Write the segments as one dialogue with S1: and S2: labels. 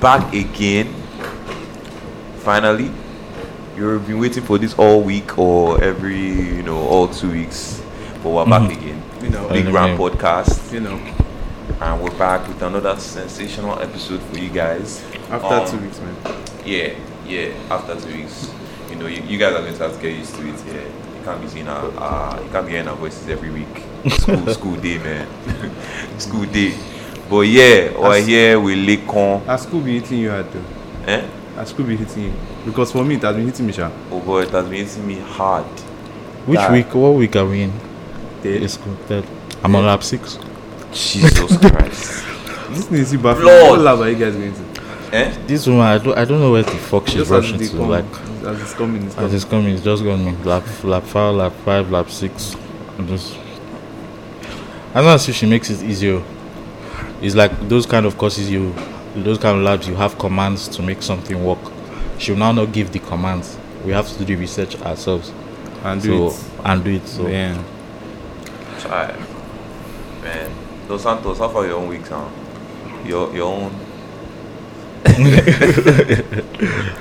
S1: back again. Finally, you've been waiting for this all week or every, you know, all two weeks, but we're back again.
S2: You know,
S1: Big
S3: Finally.
S1: Grand Podcast,
S2: you know,
S1: and we're back with another sensational episode for you guys.
S2: after
S1: Um,
S2: two weeks, man.
S1: Yeah, yeah. After two weeks, you know, you, you guys are going to have to get used to it. Yeah, you can't be seeing our, uh, you can't be hearing our voices every week. School, school day, man. school day. But yeah, we're
S2: That's-
S1: here with Lekon.
S2: I school be hitting you hard though.
S1: Eh?
S2: I school be hitting you because for me it has been hitting me, sha.
S1: Oh boy, it has been hitting me hard.
S3: Which
S1: That-
S3: week? What week are we in?
S2: Dead.
S3: It's good. That I'm on lap six.
S1: Jesus Christ.
S2: This thing is baffling.
S1: Lord.
S2: What lab are you guys going to?
S1: Eh?
S3: This woman, I don't, I don't know where the fuck she's
S2: Just as
S3: rushing
S2: they
S3: to.
S2: come,
S3: Like,
S2: as it's coming, it's
S3: as
S2: coming.
S3: it's coming, it's just going me lap, lap five, lap five, lap six. I'm just. I know if she makes it easier. It's like those kind of courses you, those kind of labs you have commands to make something work. She will now not give the commands. We have to do the research ourselves.
S2: and do
S3: so and do it. So
S2: it. Yeah.
S1: Try. Man. Dos Santos, how far your own weeks, huh? Your, your own.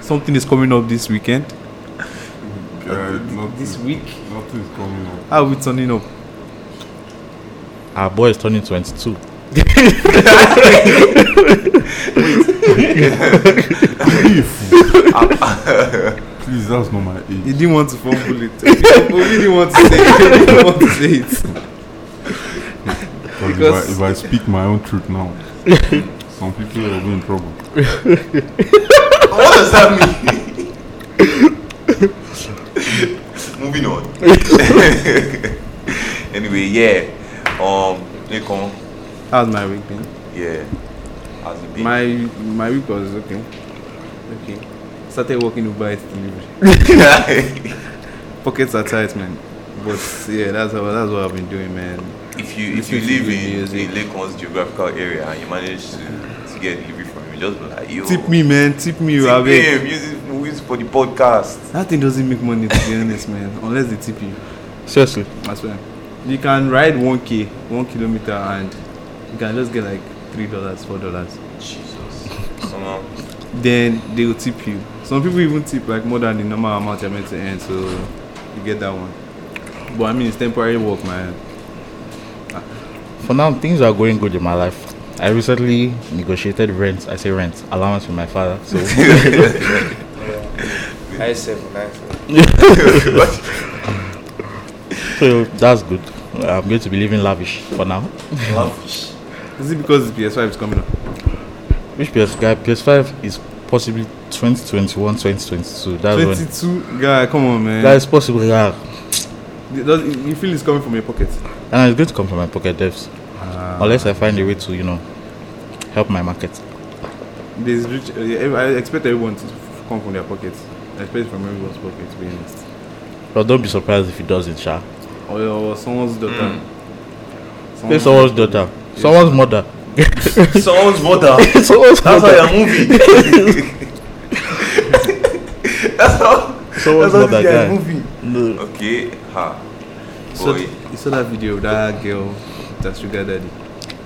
S2: Something is coming up this weekend. Euh,
S4: Yeah, nothing-
S2: This week,
S4: Nothing is coming up.
S2: how are we turning up?
S3: our boy is turning 22.
S2: Ah,
S4: Please, that's not my
S2: You
S4: age.
S2: didn't want to fumble it. You didn't want to say it. You didn't want to say it.
S4: Because if I,
S2: because-
S4: if I speak my own truth now, some people will be in trouble.
S1: What does that mean? Moving on. anyway, yeah. Um, Nikon,
S2: How's my week been?
S1: yeah. How's it been?
S2: My my week was okay. Okay. Started working Uber Eats delivery. Pockets are tight, man. But yeah, that's how that's what I've been doing, man.
S1: if you if you
S2: Listen to
S1: live
S2: the
S1: in,
S2: music.
S1: in Lakon's geographical area and you manage to, to get delivery from him, just be like yo.
S2: Tip me, man. Tip me,
S1: Tip
S2: Rabe.
S1: him. Use it, use it for the podcast.
S2: That thing doesn't make money, to be honest, man. Unless they tip you.
S3: Seriously.
S2: I swear. You can ride 1K, 1 kilometer, and you can just get like $3, $4.
S1: Jesus. Somehow.
S2: Then they will tip you. Some people even tip like more than the normal amount you're meant to earn, so you get that one. But I mean, it's temporary work, man.
S3: For now, things are going good in my life. I recently negotiated rent. I say rent allowance with my father. So
S5: Nice seven, nice seven.
S3: so that's good. I'm going to be living lavish for now.
S1: Lavish.
S2: Is it because the PS5 is coming up?
S3: Which PS guy? PS5 is possibly 2021, 2022. That's when.
S2: 22, guy, come on, man.
S3: That is possible, yeah.
S2: It does- you feel it's coming from your pocket.
S3: And it's going to come from my pocket devs. Unless I find a way to, you know, help my market.
S2: There's rich, uh, yeah, I expect everyone to f- come from their pockets. I expect it from everyone's pocket, to be honest.
S3: But don't be surprised if it doesn't, Sha.
S2: Or, or someone's daughter.
S1: Hmm.
S3: Play someone's daughter, someone's mother,
S1: Someone's mother. That's
S3: someone's
S1: how
S3: mother,
S1: you're moving. That's how.
S3: someone's
S1: That's
S3: mother
S1: how
S3: guy.
S1: you're moving.
S3: No.
S1: Okay, ha.
S2: So
S1: Boy,
S2: you saw that video of that girl that sugar daddy.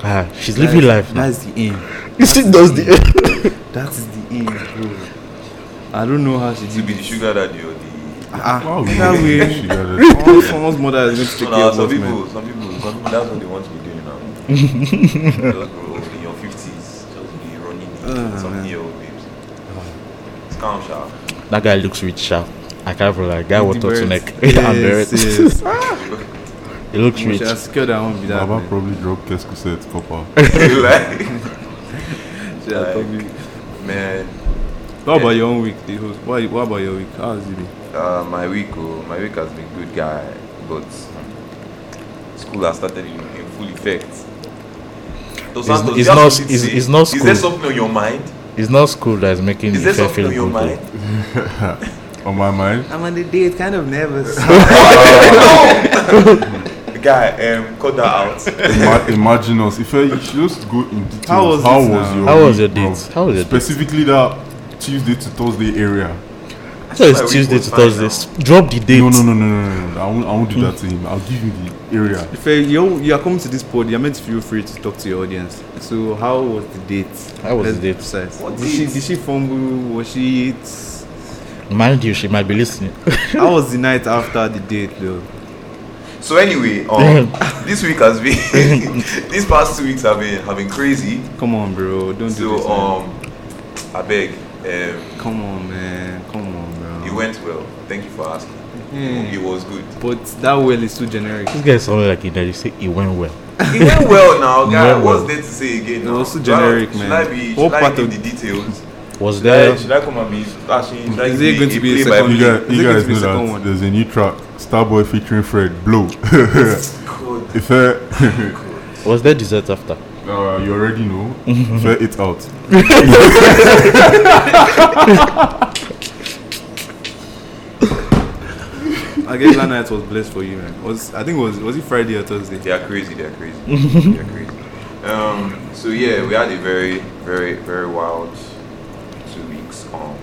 S3: Ah, she's living life now.
S2: That's the aim.
S3: She does the.
S2: That's the aim, bro. I don't know how she
S1: to
S2: did
S1: be the
S2: it.
S1: sugar daddy or the.
S2: Ah,
S4: Wow, you
S2: that way.
S4: really appreciate that.
S2: someone- Someone's mother is going to take
S1: No,
S2: care
S1: no,
S2: of
S1: some
S2: us, man.
S1: people, some people, some people. That's what they want to be doing now. just grow up in your fifties, just be running
S2: Ah, man.
S1: something year old babes. It's calm, sharp.
S3: That guy looks rich, sharp. I can't lie. Guy
S2: With the
S3: water to
S2: birds.
S3: neck. and
S2: Yes,
S3: birds.
S2: yes.
S3: he looks
S2: We
S3: rich.
S2: should secure that one be that.
S4: Baba
S2: man.
S4: probably dropped Keskuset copper.
S1: like,
S2: Should have
S1: like,
S2: probably-
S1: man,
S2: What about your own week, the host? What, what about your week? How has it been?
S1: uh, my week, oh, my week has been good, guy. But school has started in, in full effect. Dos
S3: It's-
S1: Santos,
S3: it's
S1: you have
S3: not-
S1: something to
S3: it's-
S1: say?
S3: it's not
S1: Is there
S3: school.
S1: something on your mind?
S3: It's not school that is making
S1: Is
S3: the
S1: there
S3: fair
S1: something
S3: feel
S1: on your mind?
S3: good. though.
S4: On my mind,
S2: I'm on the day, it's kind of nervous.
S1: guy, um, cut that out.
S4: ima- imagine us. If I just go in detail,
S2: How was it now?
S4: your
S3: How was
S4: week,
S3: your
S4: bro?
S3: date? How was your date?
S4: Specifically, that Tuesday to Thursday area.
S3: I thought it's Tuesday to Thursday. S- Drop the date.
S4: No, no, no, no, no, no. I won't, I won't do that to him. I'll give him the area.
S2: If uh, you you are coming to this pod, you're meant to feel free to talk to your audience. So how was the date?
S3: How was
S2: Let's
S3: the
S2: be
S3: date?
S2: precise.
S1: What
S2: Did she
S1: date?
S2: did she fumble? Was she hit?
S3: Mind you, she might be listening.
S2: How was the night after the date though?
S1: So anyway, um, this week has been these past two weeks have been have been crazy.
S2: Come on, bro. Don't do this.
S1: So
S2: man.
S1: um, I beg, um,
S2: Come on, man. Come on, bro.
S3: Uh-huh.
S1: it went well. Thank you for asking.
S2: Hmm.
S1: It was good.
S2: But that well is too generic.
S3: this guy sounded like he nearly said it went well.
S1: It went well now, guy.
S3: Went
S1: What's
S3: well.
S1: there to say again?
S2: No,
S1: now?
S2: it's too generic,
S1: should
S2: man.
S1: I be?
S2: What
S1: Should I
S2: part
S1: give
S2: of-
S1: the details?
S3: Was
S1: Should I,
S3: there?
S1: should I come and be flashing? Should I
S2: Is
S1: give
S2: it going to be a
S1: play by
S2: second
S4: You
S1: play?
S2: league?
S4: guys,
S2: Is it
S4: you
S2: going
S4: guys
S2: to be
S4: know
S2: second one?
S4: that there's a new track, Starboy featuring Fred, Blow.
S1: God,
S4: if uh,
S3: Was there dessert after?
S4: uh, you already know, if uh, it's out.
S2: I guess that night was blessed for you, man. Was I think it was was it Friday or Thursday?
S1: They are crazy. They are crazy. they are crazy. Um, so yeah, we had a very, very, very wild two weeks. Um,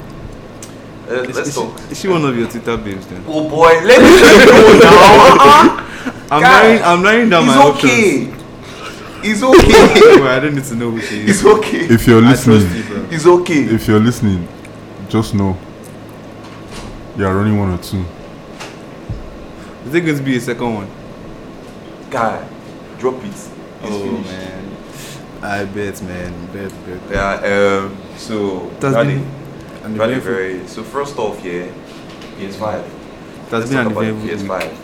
S1: let,
S2: Is-
S1: let's
S2: is,
S1: talk.
S2: She, is she one of your Twitter babes then?
S1: Oh boy, let me go now.
S2: I'm
S1: Guy,
S2: marrying I'm marrying down my
S1: it's
S2: options.
S1: okay. It's okay.
S2: Anyway, I don't need to know who she
S1: It's
S2: is.
S1: okay.
S4: If you're
S2: I trust
S4: listening,
S2: you, bro.
S1: It's okay.
S4: if you're listening, just know you are running one or two.
S2: Is it going to be a second one?
S1: Guy, drop it. It's
S2: Oh
S1: finished.
S2: man. I bet man. Bet bet.
S1: Yeah. Um. So
S2: That's
S1: that
S2: been-
S1: is-
S2: An
S1: that is
S2: eventful-
S1: very. So first off, yeah, PS5.
S2: that's
S1: Let's
S2: been
S1: talk
S2: an
S1: about the
S2: eventful week.
S1: PS5.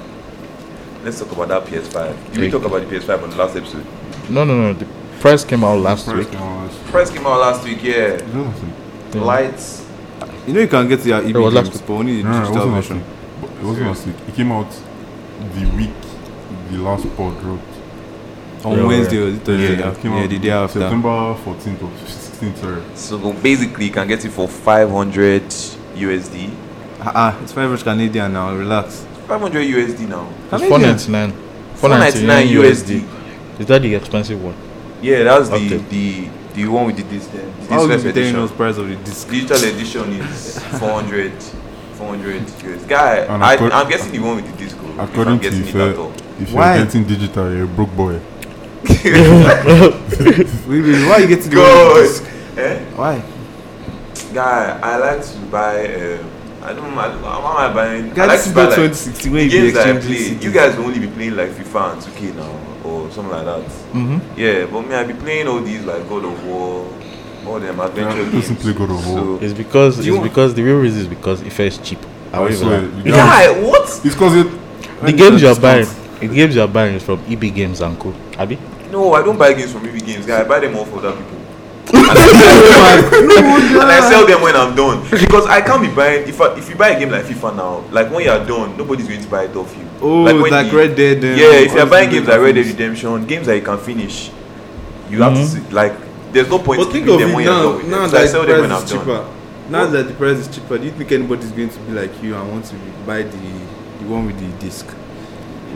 S1: Let's talk about that PS5. Did we
S3: Okay.
S1: talk about the PS5 on the last episode?
S3: No, no, no. The price came out last
S4: Fred,
S3: week.
S4: uh,
S1: Price came out last week. Yeah.
S4: it wasn't last week.
S3: Yeah.
S1: Lights.
S2: You know you can get your EB
S3: was last
S2: games,
S3: week.
S2: but only the
S4: No, no, it
S2: digital
S4: wasn't last
S2: version.
S4: week. But It wasn't last week. It came out the week the last pod dropped.
S2: On
S3: Yeah,
S2: Wednesday
S3: yeah.
S2: or Thursday.
S4: it came
S2: Yeah,
S4: out
S2: the day after.
S4: September 14th or 16th, sorry.
S1: So basically, you can get it for 500 USD.
S2: Ah, ah, it's five hundred Canadian now. Relax.
S1: 500 USD now.
S3: It's four ninety nine. Four
S1: 499 USD.
S3: Is that the expensive one?
S1: Yeah, that's the
S3: Okay.
S1: the the one we did this then.
S2: How
S1: This
S2: will you
S1: first
S2: be telling
S1: edition.
S2: us price of the disc?
S1: Digital edition is 400, 400 US. Guy,
S4: And
S1: I,
S4: accord-
S1: I'm guessing the one with the disco. If I'm
S4: According to
S1: guessing
S4: if,
S1: it at all.
S4: uh, if
S2: Why?
S4: you're getting digital, you're a broke boy.
S2: Wait, wait, why you getting the one with the disc?
S1: God, eh?
S2: Why?
S1: Guy, I like to buy. Uh, I don't. I, don't- why am I buying? I
S2: Guys,
S1: like
S2: this
S1: to
S2: is
S1: buy
S2: not
S1: like
S2: 2016 when you be
S1: games that I
S2: exchanging
S1: play. You
S2: CDs.
S1: guys will only be playing like FIFA and 2K now or something like that.
S3: Mm-hmm.
S1: Yeah, but me, I be playing all these like God of War, all them adventure
S4: Yeah, who
S1: games.
S4: doesn't play God of War?
S1: So-
S3: It's because
S1: you
S3: it's
S1: want-
S3: because the real reason is because if it's cheap. I won't
S4: I
S3: even
S4: swear,
S3: lie.
S4: you guys-
S1: Guy, what?
S4: It's because it.
S3: The games you are buying, the games you are buying is from EB Games and Co. Abi,
S1: No, I don't buy games from EB Games, guy. I buy them all for other people. and I sell them when I'm done because I can't be buying. If I, if you buy a game like FIFA now, like when you're done, nobody's going to buy it off you.
S2: Oh,
S1: like when
S2: like
S1: the-
S2: Red Dead. um,
S1: yeah, if you're
S2: all
S1: buying
S2: these
S1: games like Red Dead
S2: things.
S1: Redemption, games that you can finish, you have to see, like there's no point
S2: Mm-hmm. But
S1: in
S2: think
S1: them
S2: of it
S1: when you're done with
S2: now. Now
S1: them. So I
S2: that
S1: sell
S2: the
S1: them when I'm
S2: price is
S1: done.
S2: cheaper. Now
S1: What?
S2: that the price is cheaper, do you think anybody's going to be like you and want to buy the the one with the disc?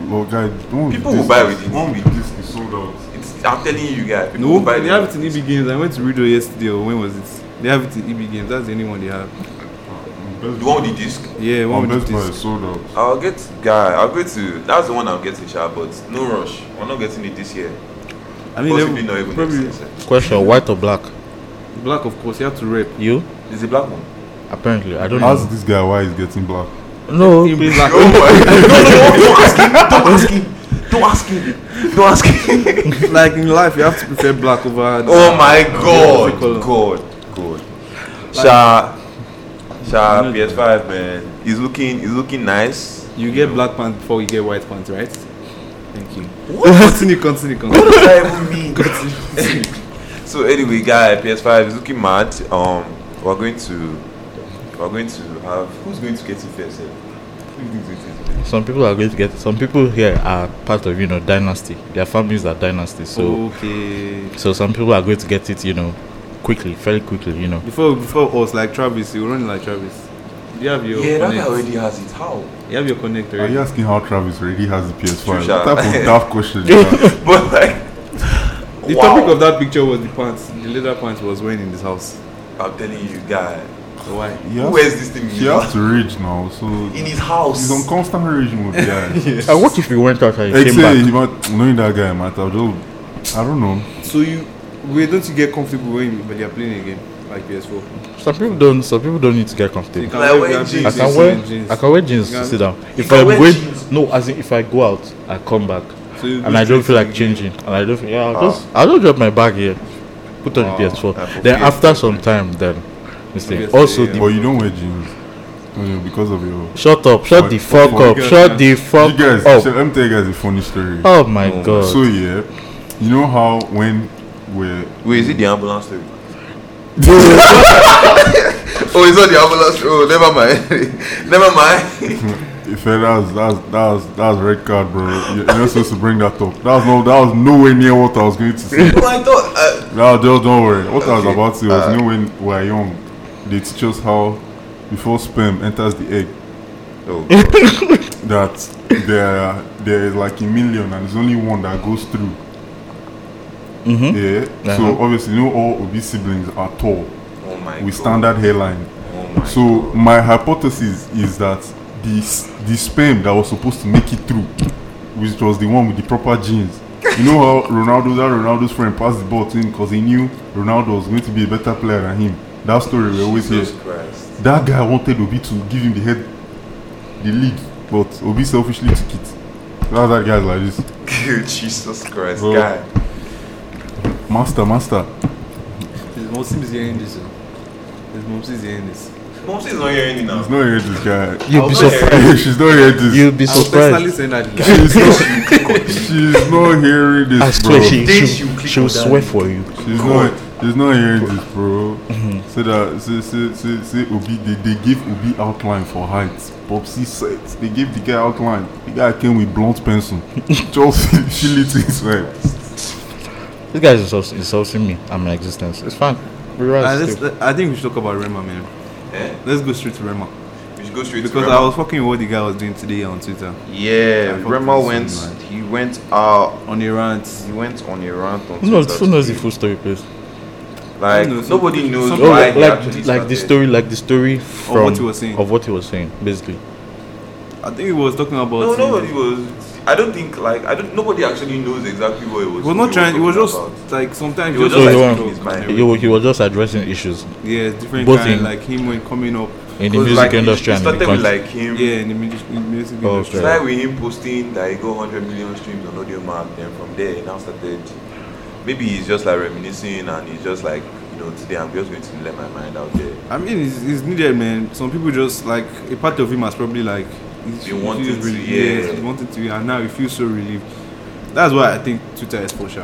S4: Well, guys, don't
S1: People will buy with it.
S4: One with this is sold out.
S1: It's, I'm telling you, guy. People
S2: No,
S1: will buy
S2: they
S1: them.
S2: have it in EB Games. I went to Rideau yesterday. Or when was it? They have it in EB Games. That's the only one they have.
S1: The one with the disc.
S2: Yeah, one with
S4: Best
S2: the
S4: Buy is
S2: disc.
S4: sold out.
S1: I'll get guy. I'll get to. That's the one I'm getting, sha. But no rush. We're not getting it this year.
S2: I mean,
S1: Possibly
S2: every-
S1: not even
S2: probably
S1: next year. sha.
S3: question: White or black?
S2: black, of course. You have to rep.
S3: You
S1: It's a black one.
S3: apparently. I don't
S4: Ask
S3: know.
S4: this guy why he's getting black.
S3: No,
S2: In black.
S1: Oh my! no, no, don't ask him. Don't ask him. Don't ask him. Don't ask him.
S2: like in life, you have to prefer black over.
S1: oh my
S2: What's
S1: God!
S2: it called?
S1: God, God. Sha, sha. PS5 man. He's looking. He's looking nice.
S2: You get black pants before you get white pants, right? Thank you.
S1: What?
S2: Continue, continue,
S1: What
S2: continue.
S1: does that even mean? so anyway, guy, PS5 is looking mad. Um, we're going to, we're going to have. Who's going to get it first? eh? Who do you think is going to get it first?
S3: some people are going to get. Some people here are part of you know dynasty. Their families are dynasty,
S1: Oh.
S3: so
S2: okay.
S3: so some people are going to get it. You know, quickly, fairly quickly. You know,
S2: Before before us, like Travis, you run like Travis. Do you have your
S1: Yeah, that guy
S2: connect?
S1: already has it. How?
S2: You have your connect
S4: Are
S2: already.
S4: you asking how Travis already has the
S1: True
S4: PS5?
S1: shot.
S4: What type of daft question is that?
S1: But like,
S2: The
S1: wow.
S2: topic of that picture was the pants. The leather pants was wearing in this house.
S1: I'm telling you, guy,
S2: Why?
S4: He
S1: Who
S4: has,
S1: wears this thing in
S4: he
S1: his,
S4: has to rage now, so
S1: in his house?
S4: he's on constant rage mode. Yeah.
S3: And what if you went out and you
S4: Like
S3: came
S4: say,
S3: back?
S4: he might, knowing that guy might have just, I don't know.
S2: So you, wait, don't you get comfortable when you, when you're playing a game like PS4?
S3: Some people don't. Some people don't need to get
S2: So you
S3: comfortable.
S2: can
S1: Like
S2: wear
S1: wear
S2: your
S1: jeans.
S3: I
S1: you
S3: can
S2: and
S3: wear.
S2: jeans.
S3: I can wear jeans
S2: You
S3: to
S2: can-
S3: sit down. If
S1: can
S3: I'm
S1: wear
S3: going,
S1: jeans.
S3: no, as in if I go out, I come back
S2: So you
S3: and I don't feel like changing, and I don't. Feel, yeah, I'll just I'll just drop my bag here, put on the
S1: I
S3: PS4.
S1: forget.
S3: Then after some time, then mistake.
S2: Obviously,
S3: Also,
S2: yeah.
S3: the
S4: But you don't wear jeans. You know, because of your.
S3: shut up, shut
S4: What-
S3: the fuck
S4: what-
S3: up, shut the
S4: You
S3: fuck
S4: guys, so
S3: up.
S4: let me tell you guys a funny story.
S3: Oh my god.
S4: So yeah, you know how when we're
S1: Wait, is it the ambulance story?
S3: Bro,
S1: Oh, it's not the ambulance. Oh, never mind. never mind.
S4: If that's that's that's that's red card, bro. You're not supposed to bring that up. That was no, that was nowhere near what I was going to say.
S1: No, I thought. Uh,
S4: No, just don't worry. What I was
S1: Okay,
S4: about to say was,
S1: uh,
S4: you know, when we were young, they teach us how before sperm enters the egg,
S1: oh, God.
S4: that there there is like a million and there's only one that goes through.
S3: Mhm.
S4: Yeah.
S1: Mm-hmm.
S3: Uh-huh.
S4: So obviously, you know, all obese siblings are tall
S1: oh my
S4: with
S1: God.
S4: standard hairline.
S1: Oh my
S4: So my hypothesis is that the s- the sperm that was supposed to make it through, which was the one with the proper genes. You know how Ronaldo, that Ronaldo's friend passed the ball to him because he knew Ronaldo was going to be a better player than him. That story we always hear.
S1: Jesus Christ.
S4: That guy wanted Obi to give him the head, the lead, but Obi selfishly took it. That's that guy's like this.
S1: Jesus Christ,
S4: Bro.
S1: guy.
S4: Master, master.
S2: His mom seems hearing this. oh. His mom seems hearing this.
S1: Mom says not hearing it now.
S4: He's not here, this guy.
S3: you'd be
S1: I'll wear-
S3: surprised.
S4: She's not here, this.
S3: You'll be
S2: I will personally
S3: surprised.
S2: say that.
S4: She's not, she's not hearing this,
S3: I
S4: bro.
S3: swear she
S1: Then
S3: she
S1: you click
S3: she will
S1: on that.
S3: swear for you.
S4: She's not. She's not hearing this, bro. So that say say say say Obi they, they give Obi outline for height. Popsy said they gave the guy outline. The guy came with blunt pencil. Just fill it inside.
S3: This guy is insult- insulting me and my existence. It's fine. Rewrite
S2: I,
S3: the
S2: just,
S3: script.
S2: Uh, I think we should talk about Rema, man.
S1: Eh?
S2: Let's go straight to Rema.
S1: We should go straight
S2: Because
S1: to
S2: I
S1: Rema.
S2: was fucking with what the guy was doing today on Twitter.
S1: yeah,
S2: I fucked
S1: Rema
S2: with
S1: went.
S2: him, man.
S1: He went out.
S2: On a rant.
S1: He went on a rant on
S3: Who knows?
S1: Twitter
S3: Who knows the
S1: today.
S3: full story, please?
S1: Like
S2: Who knows?
S1: nobody knows
S2: Some-
S3: Oh,
S1: why
S3: like
S1: he actually
S3: like, the
S1: started.
S3: story, like the story
S2: what
S3: from
S2: he was saying.
S3: of what he was saying, basically.
S2: I think he was talking about.
S1: No, nobody was. I don't think like I don't. Nobody actually knows exactly what it was.
S2: He was not trying. It was just
S1: talking
S2: like sometimes
S1: It was
S3: just like
S2: talk.
S1: in his mind.
S3: He, wa- he was just addressing issues
S2: Yeah, different
S3: Both
S2: kind.
S3: in-
S2: Like him when coming up.
S3: in the
S1: Because,
S3: music
S1: like,
S3: industry
S1: it
S3: and in the
S1: started with
S3: country.
S1: like him.
S2: Yeah, in the music, in the music
S3: Oh,
S2: industry.
S1: It's
S3: okay.
S1: like with him posting that he got 100 million streams on Audio Mac, then from there he now started. Maybe he's just like reminiscing and he's just like, you know, today I'm just going to let my mind out there.
S2: I mean, it's, it's needed, man. Some people just like a part of him has probably like
S1: They wanted
S2: feels
S1: to,
S2: relieved.
S1: yeah.
S2: Yes, he wanted to, and now he feels so relieved. That's why I think Twitter is for sure.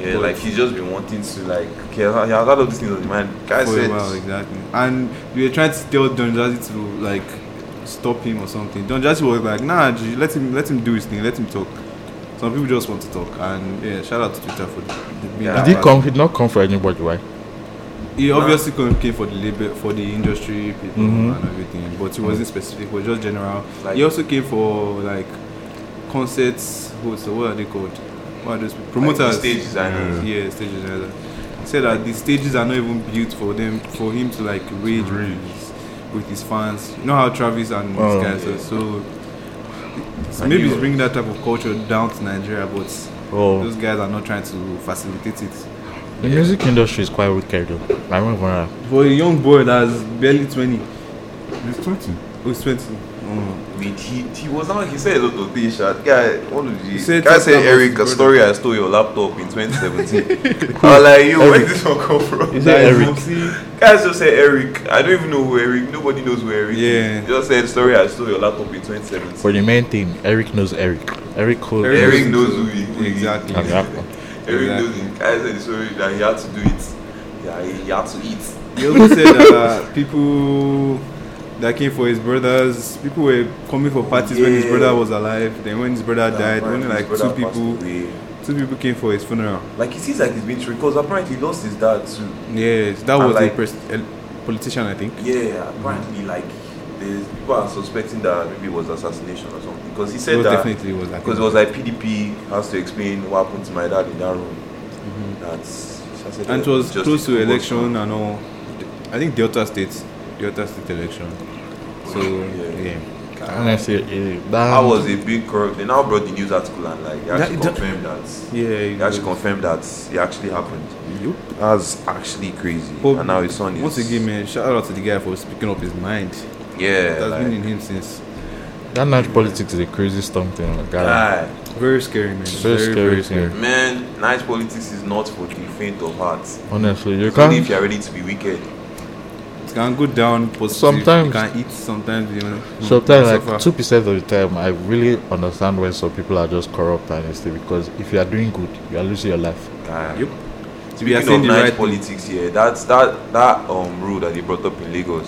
S1: Yeah,
S2: But-
S1: like he's just been wanting to, like, okay, he has had all these things on his mind. Guy
S2: For a
S1: said,
S2: while, exactly. And we were trying to tell Don Jazzy to like stop him or something. Don Jazzy was like, "Nah, G, let him let him do his thing. Let him talk." Some people just want to talk, and yeah, shout out to Twitter for being
S1: Yeah.
S2: that
S3: Did he
S2: bad.
S3: come? He did not come for anybody, right?
S2: He obviously came came for the labor, for the industry people
S3: Mhm.
S2: and everything, but it wasn't specific. It was just general.
S1: Like-
S2: he also came for like concerts. What's the what are they called? What are those
S1: like,
S2: people?
S1: the
S2: promoters?
S1: stage designers.
S2: Yeah, stage designer. He said that the stages are not even built for them, for him to like rage with his, with his fans. You know how Travis and
S3: Oh,
S2: these guys
S1: yeah.
S2: are so. it's-
S1: And
S2: Maybe
S1: he
S2: it's
S1: was-
S2: bringing that type of culture down to Nigeria, but those
S3: Oh,
S2: guys are not trying to facilitate it.
S3: the music industry is quite wicked, though. I don't wanna.
S2: For a young boy that's barely 20,
S4: He's twenty.
S2: who's 20?
S1: I mean, he, he was not, he said a lot of things. That guy, one of the,
S2: said
S1: guy
S2: something
S1: said,
S2: about
S1: Eric,
S2: his
S1: a
S2: brother."
S1: story I stole your laptop in 2017. I was like, yo, where did this one come from?
S3: Is that Eric?
S1: Guys just say Eric. I don't even know who Eric. Nobody knows who Eric.
S2: Yeah.
S1: Is. Just said story. I stole your laptop in 2017.
S3: For the main thing, Eric knows Eric. Eric Cole.
S1: Eric
S3: Eric.
S1: knows who he- who he is.
S2: exactly.
S3: And rapper.
S1: Eric
S2: Exactly.
S1: knows it. Guys said the story that he had to do it. Yeah, he, he had to eat.
S2: He also said that uh, people that came for his brothers, people were coming for parties when his
S1: Yeah.
S2: brother was alive. Then when his brother died,
S1: Apparently
S2: only
S1: his
S2: like two
S1: brother
S2: people,
S1: passed away.
S2: two people came for his funeral.
S1: Like it seems like he's been tricked because apparently he lost his dad too.
S2: Yes, that
S1: And
S2: was
S1: like-
S2: a, pres- a politician, I think.
S1: Yeah, apparently like there's people are suspecting that maybe it was assassination or something because he
S2: It
S1: said
S2: was
S1: that
S2: definitely was like
S1: because it was like PDP has to explain what happened to my dad in that room. That's. I said
S2: Mm-hmm. and it
S1: that
S2: was
S1: justice
S2: close to
S1: was-
S2: election and all. I think Delta State. the Delta State election. So yeah,
S3: Honestly, it- eh, that-
S1: That was a big corrupt. They now brought the news article and like they actually
S2: That- that-
S1: confirmed that.
S2: yeah.
S1: They
S2: it
S1: actually
S2: was-
S1: confirmed that it actually happened.
S2: Yup.
S1: That's actually crazy.
S2: But
S1: and now his son is
S2: Once again, man, shout out to the guy for speaking up his mind.
S1: Yeah,
S2: That's
S1: like,
S2: been in him since.
S3: that night politics is a crazy storm thing. Like, God,
S1: guy.
S2: Very scary, man.
S3: so scary thing.
S1: Man, nice politics is not for the faint of heart.
S3: Honestly, you
S1: It's only if
S3: can't.
S1: you are ready to be wicked.
S2: It can go down positive.
S3: Sometimes-
S2: you can eat. Sometimes you know.
S3: Sometimes,
S2: suffer.
S3: like two percent of the time, I really understand when some people are just corrupt, honestly, because if you are doing good, you are losing your life.
S1: Guy.
S2: Yup. We are
S1: Speaking
S2: saying
S1: of
S2: the
S1: nice
S2: right thing.
S1: politics here, that's that that um rule that they brought up in Lagos.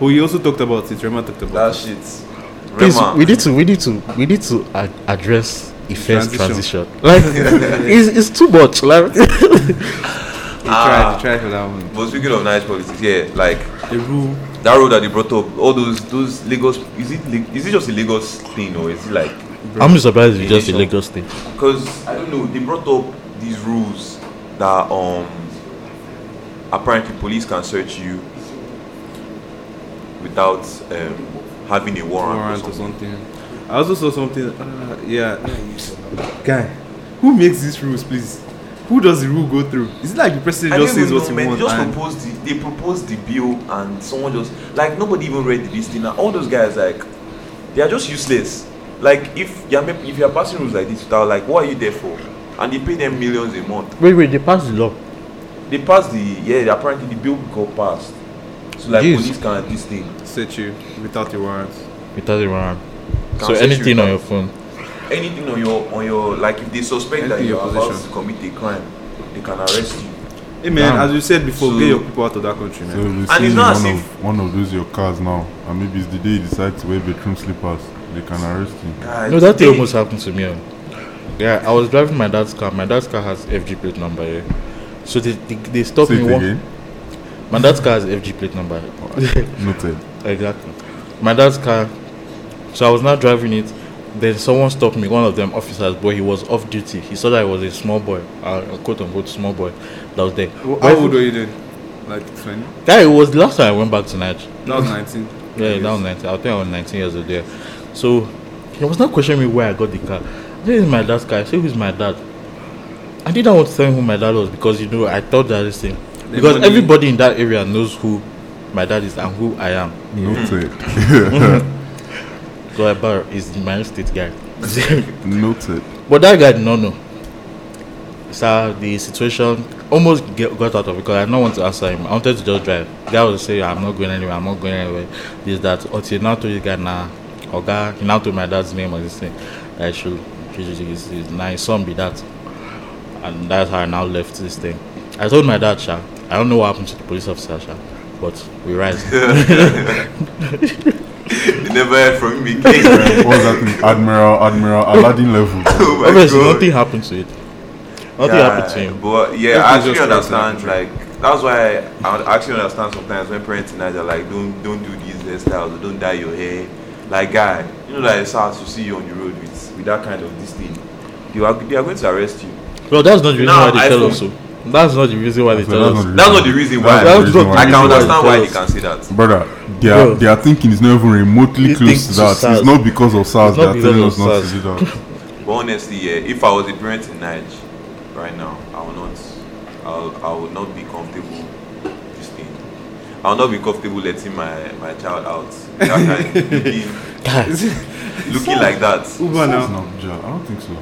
S2: Oh, he also talked about it. Rema talked about
S1: That
S2: it.
S1: shit.
S3: Please,
S1: Rema,
S3: we need to, we need to, we need to ad- address the first
S2: Transition.
S3: transition. Like, it's, it's too much. Like,
S2: He
S1: Ah.
S2: tried. He tried for that one.
S1: but speaking of nice politics, yeah, like
S2: The rule.
S1: that road that they brought up, all those those Lagos is it Lag- is it just a Lagos thing or is it like
S3: I'm surprised it's just a
S1: Transition.
S3: Lagos thing.
S1: because I don't know they brought up these rules that um apparently police can search you without um having a warrant,
S2: warrant
S1: or
S2: or
S1: something.
S2: something. I also saw something. Uh, yeah, guy, who makes these rules, please? Who does the rule go through? Is it like the
S1: I
S2: president
S1: don't
S2: just says
S1: even
S2: what
S1: know,
S2: he
S1: man. They
S2: wants?
S1: just
S2: and-
S1: proposed the, they proposed the bill and someone just like nobody even read this thing. And all those guys like they are just useless. Like if you're ma- if you're passing rules like this without like what are you there for? And they pay them millions a month.
S3: Wait, wait, they passed the law.
S1: They passed the yeah apparently the bill got passed. So like
S3: Jeez.
S1: police can this thing.
S2: Set you without your warrant.
S3: without the warrant.
S1: Can
S3: So
S1: search you
S3: anything
S1: without-
S3: on your phone.
S1: Anything on your on your like if they suspect that
S2: Anything in
S1: you're
S2: your
S1: about
S2: possession.
S1: to commit a crime, they can arrest you.
S2: Hey man,
S3: Damn.
S2: as you said before,
S1: So-
S2: get your people out of that country, man.
S4: So they
S1: it's
S4: say
S1: not as
S4: one
S1: if-
S4: of, one of those your cars now, and maybe it's the day you decide to wear bedroom slippers. They can arrest you.
S1: Guys,
S3: No, that thing
S1: they-
S3: almost happened to me. oh. Yeah, I was driving my dad's car. My dad's car has FG plate number. Yeah. So they, they, they stopped
S4: Say
S3: me.
S4: it
S3: One,
S4: again.
S3: my dad's car has FG plate number.
S4: Noted.
S3: Exactly. My dad's car. So I was not driving it. Then someone stopped me, one of them officers, but he was off duty. He saw that I was a small boy, uh, a quote unquote small boy that was there.
S2: Wh-
S3: But
S2: How old were you then? Like 20?
S3: That it was the last time I went back to Nigeria.
S2: That was 19.
S3: Yeah, that was 19. I think I was 19 years old there. So he was not questioning me where I got the car. This is my dad's car. I said, Who's my dad? I didn't want to tell him who my dad was because, you know, I thought that this thing. Because
S2: money-
S3: everybody in that area knows who my dad is and who I am.
S4: Noted.
S3: So I bar is my state guy.
S4: Noted.
S3: but that guy did not know. So the situation almost get, got out of because I did not want to answer him. I wanted to just drive. The guy was saying, I'm not going anywhere, I'm not going anywhere. This, that. Until now, told the guy, nah, or guy, he now told my dad's name or this thing. I should, he's, he's nice, son be that. And that's how I now left this thing. I told my dad, Sha, I don't know what happened to the police officer, Sha, but we rise.
S1: Oh they never heard from him again.
S4: What was that thing? Admiral, Admiral, Aladdin level.
S1: Oh my
S3: Obviously,
S1: God.
S3: nothing happened to it. Nothing happened to
S1: Yeah,
S3: him.
S1: But yeah,
S2: Nothing
S1: I actually
S2: just happened to
S1: understand.
S2: him.
S1: Like that's why I actually understand sometimes when parents tonight are like, don't don't do these hairstyles, or don't dye your hair. Like guy, you know that it's hard to see you on the road with with that kind of this thing. They are they are going to arrest you.
S3: Well, that's not the reason
S1: Now,
S3: why they tell
S1: iPhone-
S3: us. So. That's not the reason why they
S4: So
S3: tell
S4: that's
S3: us.
S1: That's not the reason why.
S4: That's
S3: That's
S4: the reason
S3: not
S4: why.
S1: I
S3: the reason
S1: can
S3: why
S1: understand why
S3: tell
S1: they
S3: us.
S1: can say that.
S4: Brother, their
S3: Bro.
S4: their thinking is not even remotely
S3: It
S4: close
S3: thinks
S4: to that.
S3: to SARS.
S4: It's not because of SARS
S3: It's not
S4: they are telling
S3: because
S4: us
S3: of
S4: not to
S3: SARS.
S4: do that.
S1: But honestly, yeah, if I was a parent in Nige right now, I would not, I'll, I would not be comfortable this thing. I would not be comfortable letting my, my child out. with That kind, looking, looking like that.
S2: Uber
S4: SARS
S2: now.
S4: in Abuja, I don't think so.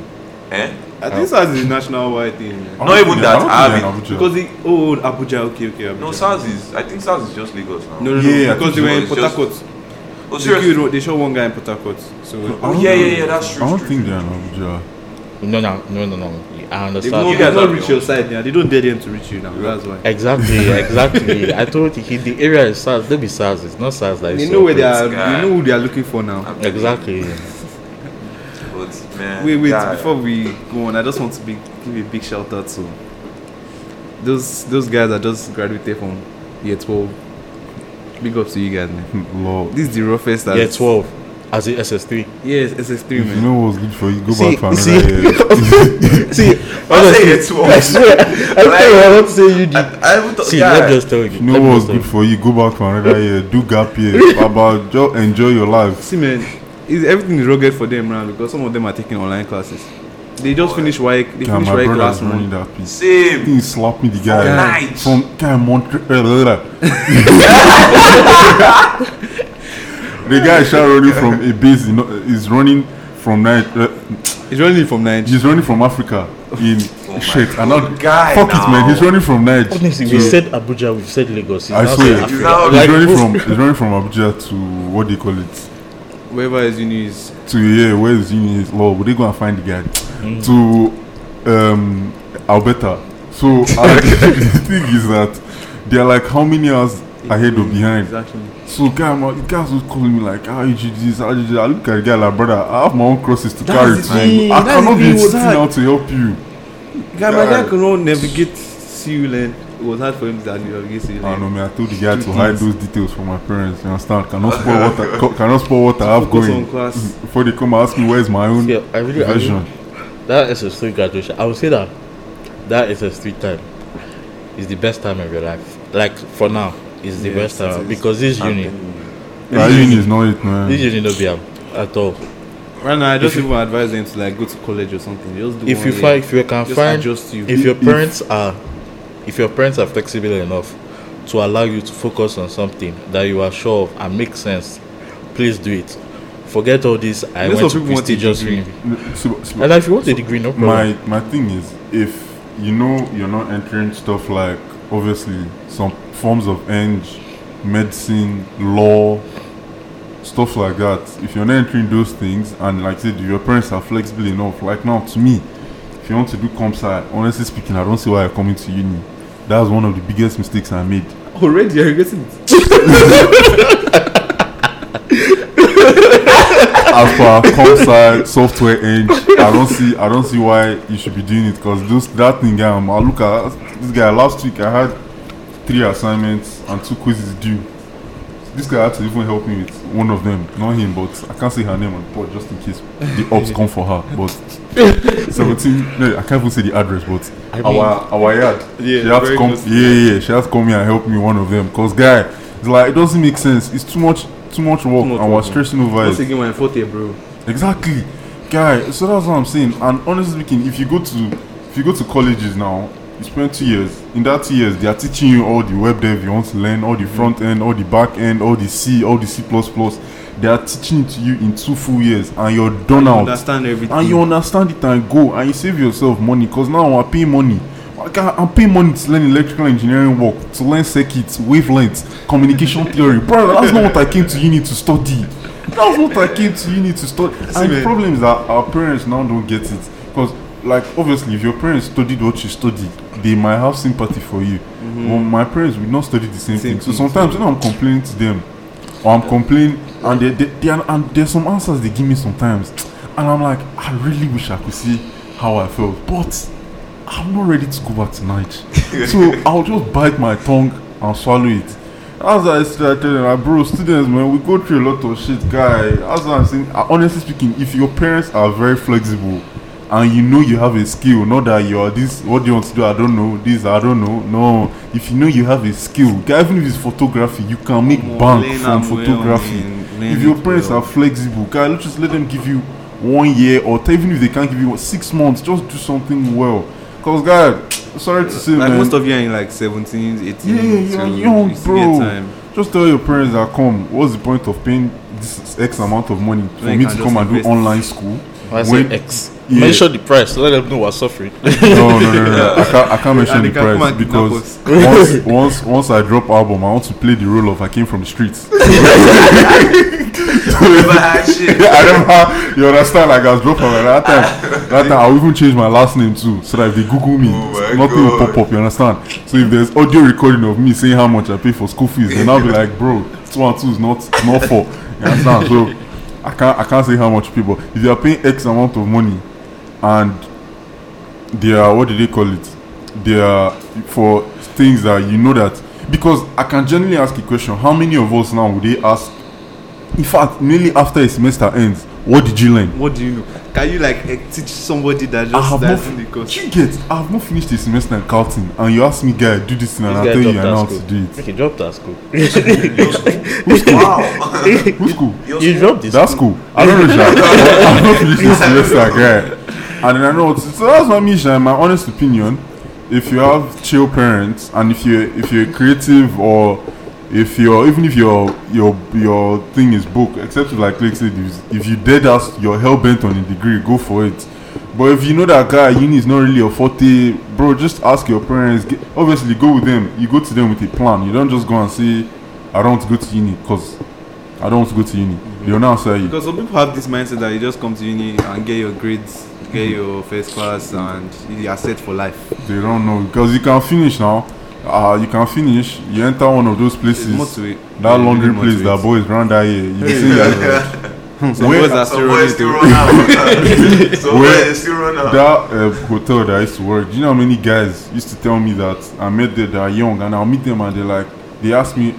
S1: Eh?
S2: I think SARS is a national wide thing, man.
S4: I
S1: Not
S4: don't
S1: even
S4: think
S1: that,
S4: they-
S1: I
S4: I
S1: have
S4: don't think they're in
S2: Because the oh Abuja, okay, okay, Abuja.
S1: No, SARS is, I think SARS is just Lagos now.
S2: no, no, no,
S4: Yeah, I
S2: because
S4: think
S2: they were in
S1: it's
S2: Port
S1: just-
S2: Harcourt.
S1: Oh,
S2: They,
S1: seriously?
S2: killed, they shot one guy in Port Harcourt. So
S1: Oh,
S4: Abuja.
S1: yeah, yeah, yeah, that's true.
S4: I don't
S1: true,
S4: think
S1: true.
S4: they're in Abuja.
S3: No, no, no, no, no.
S2: They
S3: I
S1: You
S2: don't,
S1: guys
S2: they
S3: understand.
S1: are
S2: don't reach
S1: real.
S2: your side now. They don't dare them to reach you now. That's why.
S3: Exactly, exactly. I told you he- the area is SARS. Don't be SARS. It's not SARS that is.
S2: They know where they are.
S1: guy.
S2: They know who they are looking for now.
S1: I'm-
S3: Exactly.
S1: But, man,
S2: Wait, wait.
S1: guy,
S2: Before we go on, I just want to be, give a big shout out to those those guys that just graduated from year twelve. Big up to you guys, man.
S4: Lord.
S2: This is the roughest. that-
S3: Yeah, twelve. As a SS3.
S2: Yes, SS3,
S4: If you
S2: man.
S4: know what's good for you, go
S3: See-
S4: back for another
S3: see-
S4: Mm-hmm. year.
S3: See,
S1: I'll say
S3: Honestly,
S1: it
S3: I
S1: once.
S3: swear. I swear, I won't say you did.
S1: I even thought,
S3: See,
S1: guy,
S3: let me just tell you.
S4: You know
S3: Let me
S4: what's
S3: just tell
S4: good for you? Go back for another year. Do gap year. Baba, just enjoy your life.
S2: See, man, is everything is rugged for them now because some of them are taking online classes. They just finished WIC. They
S4: Yeah,
S2: finished
S4: my
S2: WIC
S4: brother's
S2: last
S4: running
S2: month.
S4: that piece.
S1: same.
S4: He slapped me the guy
S1: Nice.
S4: from Time Montreal. the guy is running from a base. You know, is running from Ni- uh,
S2: He's running from Nigeria.
S4: he's running from Africa in
S1: Oh my
S4: shit. And now,
S1: guy
S4: fuck it, man.
S1: now.
S4: He's running from Niger.
S3: you. Honestly, we said Abuja, we've said Lagos. He's
S4: I
S3: now
S4: swear.
S3: said Africa.
S1: You know,
S4: he's
S1: like,
S4: running from he's running from Abuja to what do you call it?
S2: Wherever his uni is.
S4: to yeah, where is he? Law, would they go and find the guy?
S2: Mm.
S4: To um, Alberta. So I, the thing is that they're like how many hours ahead or behind.
S2: Exactly.
S4: So guy, my guys was calling me like, how you did this? How you did that?" I look at the guy like, brother, I have my own crosses to
S2: That's the
S4: carry.
S2: thing,
S4: Man. I
S2: that's
S4: cannot
S2: the thing,
S4: be sitting
S2: what's that?
S4: out to help you.
S2: Guy, my guy
S4: Guy.
S2: could not navigate CU lane. It was hard for him to navigate CU
S4: I
S2: lane.
S4: know, man. I told the guy
S2: Two
S4: to hide
S2: things.
S4: those details from my parents. You understand? Cannot spoil what I, ca- cannot spoil what I have
S2: Focus on
S4: going.
S2: class.
S4: Before they come and ask me where's my own
S3: Yeah, I really, I really
S4: version.
S3: that SS3 graduation, I would say that that SS3 time is the best time of your life. Like for now, is the
S2: Yes,
S3: best time
S2: it is.
S3: because this uni,
S4: That uni is not it, man.
S3: this uni not be am at all.
S2: Right now, I just even advise them to like go to college or something. Just do
S3: If
S2: one
S3: you
S2: year.
S3: find, if you can
S2: just
S3: find,
S2: adjust you.
S3: if your parents are, if your parents are flexible enough to allow you to focus on something that you are sure of and makes sense, please do it. Forget all this. I
S2: Most
S3: went
S2: of
S3: to
S2: people want a
S3: prestigious
S2: degree.
S3: uni.
S4: So- so-
S3: And if you want a degree, no problem.
S4: my my thing is if you know you're not entering stuff like obviously some forms of eng medicine law stuff like that if you're not entering those things and like i said your parents are flexible enough like now to me if you want to do comp sci honestly speaking i don't see why you're coming to uni that's one of the biggest mistakes i made
S2: already you're getting it.
S4: as per comp sci software eng i don't see i don't see why you should be doing it because those that thing um, i look at this guy last week i had three assignments and two quizzes due this guy had to even help me with one of them not him but i can't say her name on the pod just in case the ops come for her but 17 no i can't even say the address but
S3: I mean-
S4: our our yard
S2: Yeah,
S4: she had to
S2: very
S4: come
S2: close to
S4: yeah yeah yeah, she had to come here and help me with one of them because guy it's like it doesn't make sense it's too much too much work
S2: much
S4: and we're
S2: work, man.
S4: stressing over
S2: Once
S4: it
S2: again, my forte, bro.
S4: Exactly, guy. So that's what I'm saying. And honestly speaking, if you go to if you go to colleges now, you spend two years. In that two years, they are teaching you all the web dev you want to learn, all the front end, all the back end, all the C, all the C++. They are teaching it to you in two full years, and you're done
S2: You
S4: out.
S2: understand everything.
S4: And Oh. you understand it and go and you save yourself money because now I'm paying money. I can- I'm paying money to learn electrical engineering work, to learn circuits, wavelengths, communication theory. Brother, that's not what I came to uni to study. That's what I came to uni to study. And the
S2: man.
S4: problem is that our parents now don't get it because, like, obviously, if your parents studied what you studied, they might have sympathy for you.
S2: Mm-hmm.
S4: Well, my parents would not study the same,
S2: Same
S4: thing. So
S2: thing,
S4: sometimes when I'm complaining to them, or I'm complaining, and they, they, they are, and there's some answers they give me sometimes, and I'm like, I really wish I could see how I felt, but I'm not ready to go back tonight. so I'll just bite my tongue and swallow it. As I started, like, bro, students, man, we go through a lot of shit, guy. As I'm saying, uh, honestly speaking, if your parents are very flexible and you know you have a skill, not that you are this, what do you want to do? I don't know. This, I don't know. No, if you know you have a skill, guy, even if it's photography, you can make
S2: Omo,
S4: bank
S2: learn
S4: from
S2: am well,
S4: photography.
S2: man. Learn
S4: if your
S2: it
S4: parents
S2: well.
S4: are flexible, guy, let's just let them give you one year or t- even if they can't give you six months, just do something well. Cause, guy, sorry to say,
S2: like
S4: man,
S2: most of you are in like 17s, 18s.
S4: Yeah, you're
S2: so
S4: young,
S2: you still
S4: bro.
S2: get time.
S4: just tell your parents that come. What's the point of paying this X amount of money for
S2: When you
S4: me
S2: can
S4: to
S2: just
S4: come and do
S2: invest.
S4: online school?
S3: I
S4: When-
S3: said X.
S4: Yeah.
S3: Mention the price. Let them know we're suffering.
S4: no, no, no, no. I can't, I can't mention
S2: And
S4: the
S2: they can come
S4: price
S2: and kidnap
S4: because once, once, once I drop album, I want to play the role of I came from the streets.
S1: Never had shit.
S4: I remember, you understand? Like I was dropped at that time. That time, I will even change my last name too, so that if they Google me,
S1: Oh my
S4: nothing will
S1: God.
S4: pop up. You understand? So if there's audio recording of me saying how much I pay for school fees, then I'll be like, bro, two and two is not not four. You understand? So I can't I can't say how much people. If you are paying X amount of money, and they are what do they call it? They are for things that you know that because I can generally ask a question. How many of us now would they ask? In fact, nearly after a semester ends, what did you learn?
S2: What do you know? Can you like eh, teach somebody that
S4: I have
S2: just
S4: not.
S2: that's in the
S4: Fin-
S2: course?
S4: you get? I have not finished a semester in Carlton, and you ask me, guy, do this thing, and I
S3: guy
S4: tell you,
S3: dropped out
S4: you are not how
S3: school.
S4: to do it.
S3: He dropped out school.
S1: wow.
S4: Who's cool?
S3: You dropped this.
S4: That's cool. I don't know, Sha. I've not finished this semester, guy. And then I know. what- So that's not me, Sha. In my honest opinion, if you have chill parents, and if you if you're creative or if you're even if your your your thing is book, except if, like Lake said, if, if you dead ass, you're hell bent on a degree, go for it. But if you know that guy, uni is not really your forte, bro. Just ask your parents. Get, obviously, go with them. You go to them with a plan. You don't just go and say, "I don't want to go to uni because I don't want to go to uni." They'll now say you.
S2: Because some people have this mindset that you just come to uni and get your grades,
S4: Mm-hmm.
S2: get your first class, and you are set for life.
S4: They don't know because you can finish now. Uh, you can finish. You enter one of those
S2: It's more
S4: places,
S2: to it.
S4: that
S2: There's
S4: laundry
S2: really more
S4: place
S2: to
S4: that
S2: it.
S4: boys round that year. You see, that,
S2: Some
S4: Where-
S2: boys are still
S1: Some boys
S2: running
S1: still
S2: to
S1: run out. Some
S4: Where-
S1: boys still run out.
S4: that uh, hotel that I used to work. Do you know how many guys used to tell me that I met them that are young, and I'll meet them and they're like, they ask me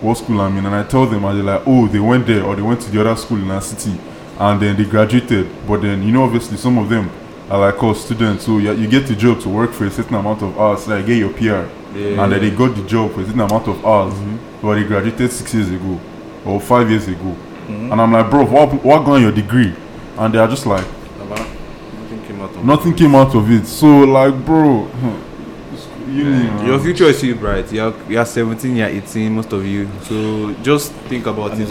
S4: what school I'm in, and I tell them and they're like, oh, they went there or they went to the other school in our city, and then they graduated. But then you know, obviously, some of them are like us students, so you, you get the job to work for a certain amount of hours, like get your PR.
S2: Yeah.
S4: and then they got the job for a certain amount of hours, but they graduated six years ago or five years ago. And I'm like, bro, what, what got your degree? And they are just like,
S2: Nothing came out of
S4: nothing came out of it. So, like, bro, hmm, huh, you
S2: it. Your future is still bright. You're you're 17, you're 18, most of you. So just think about
S3: And
S2: it.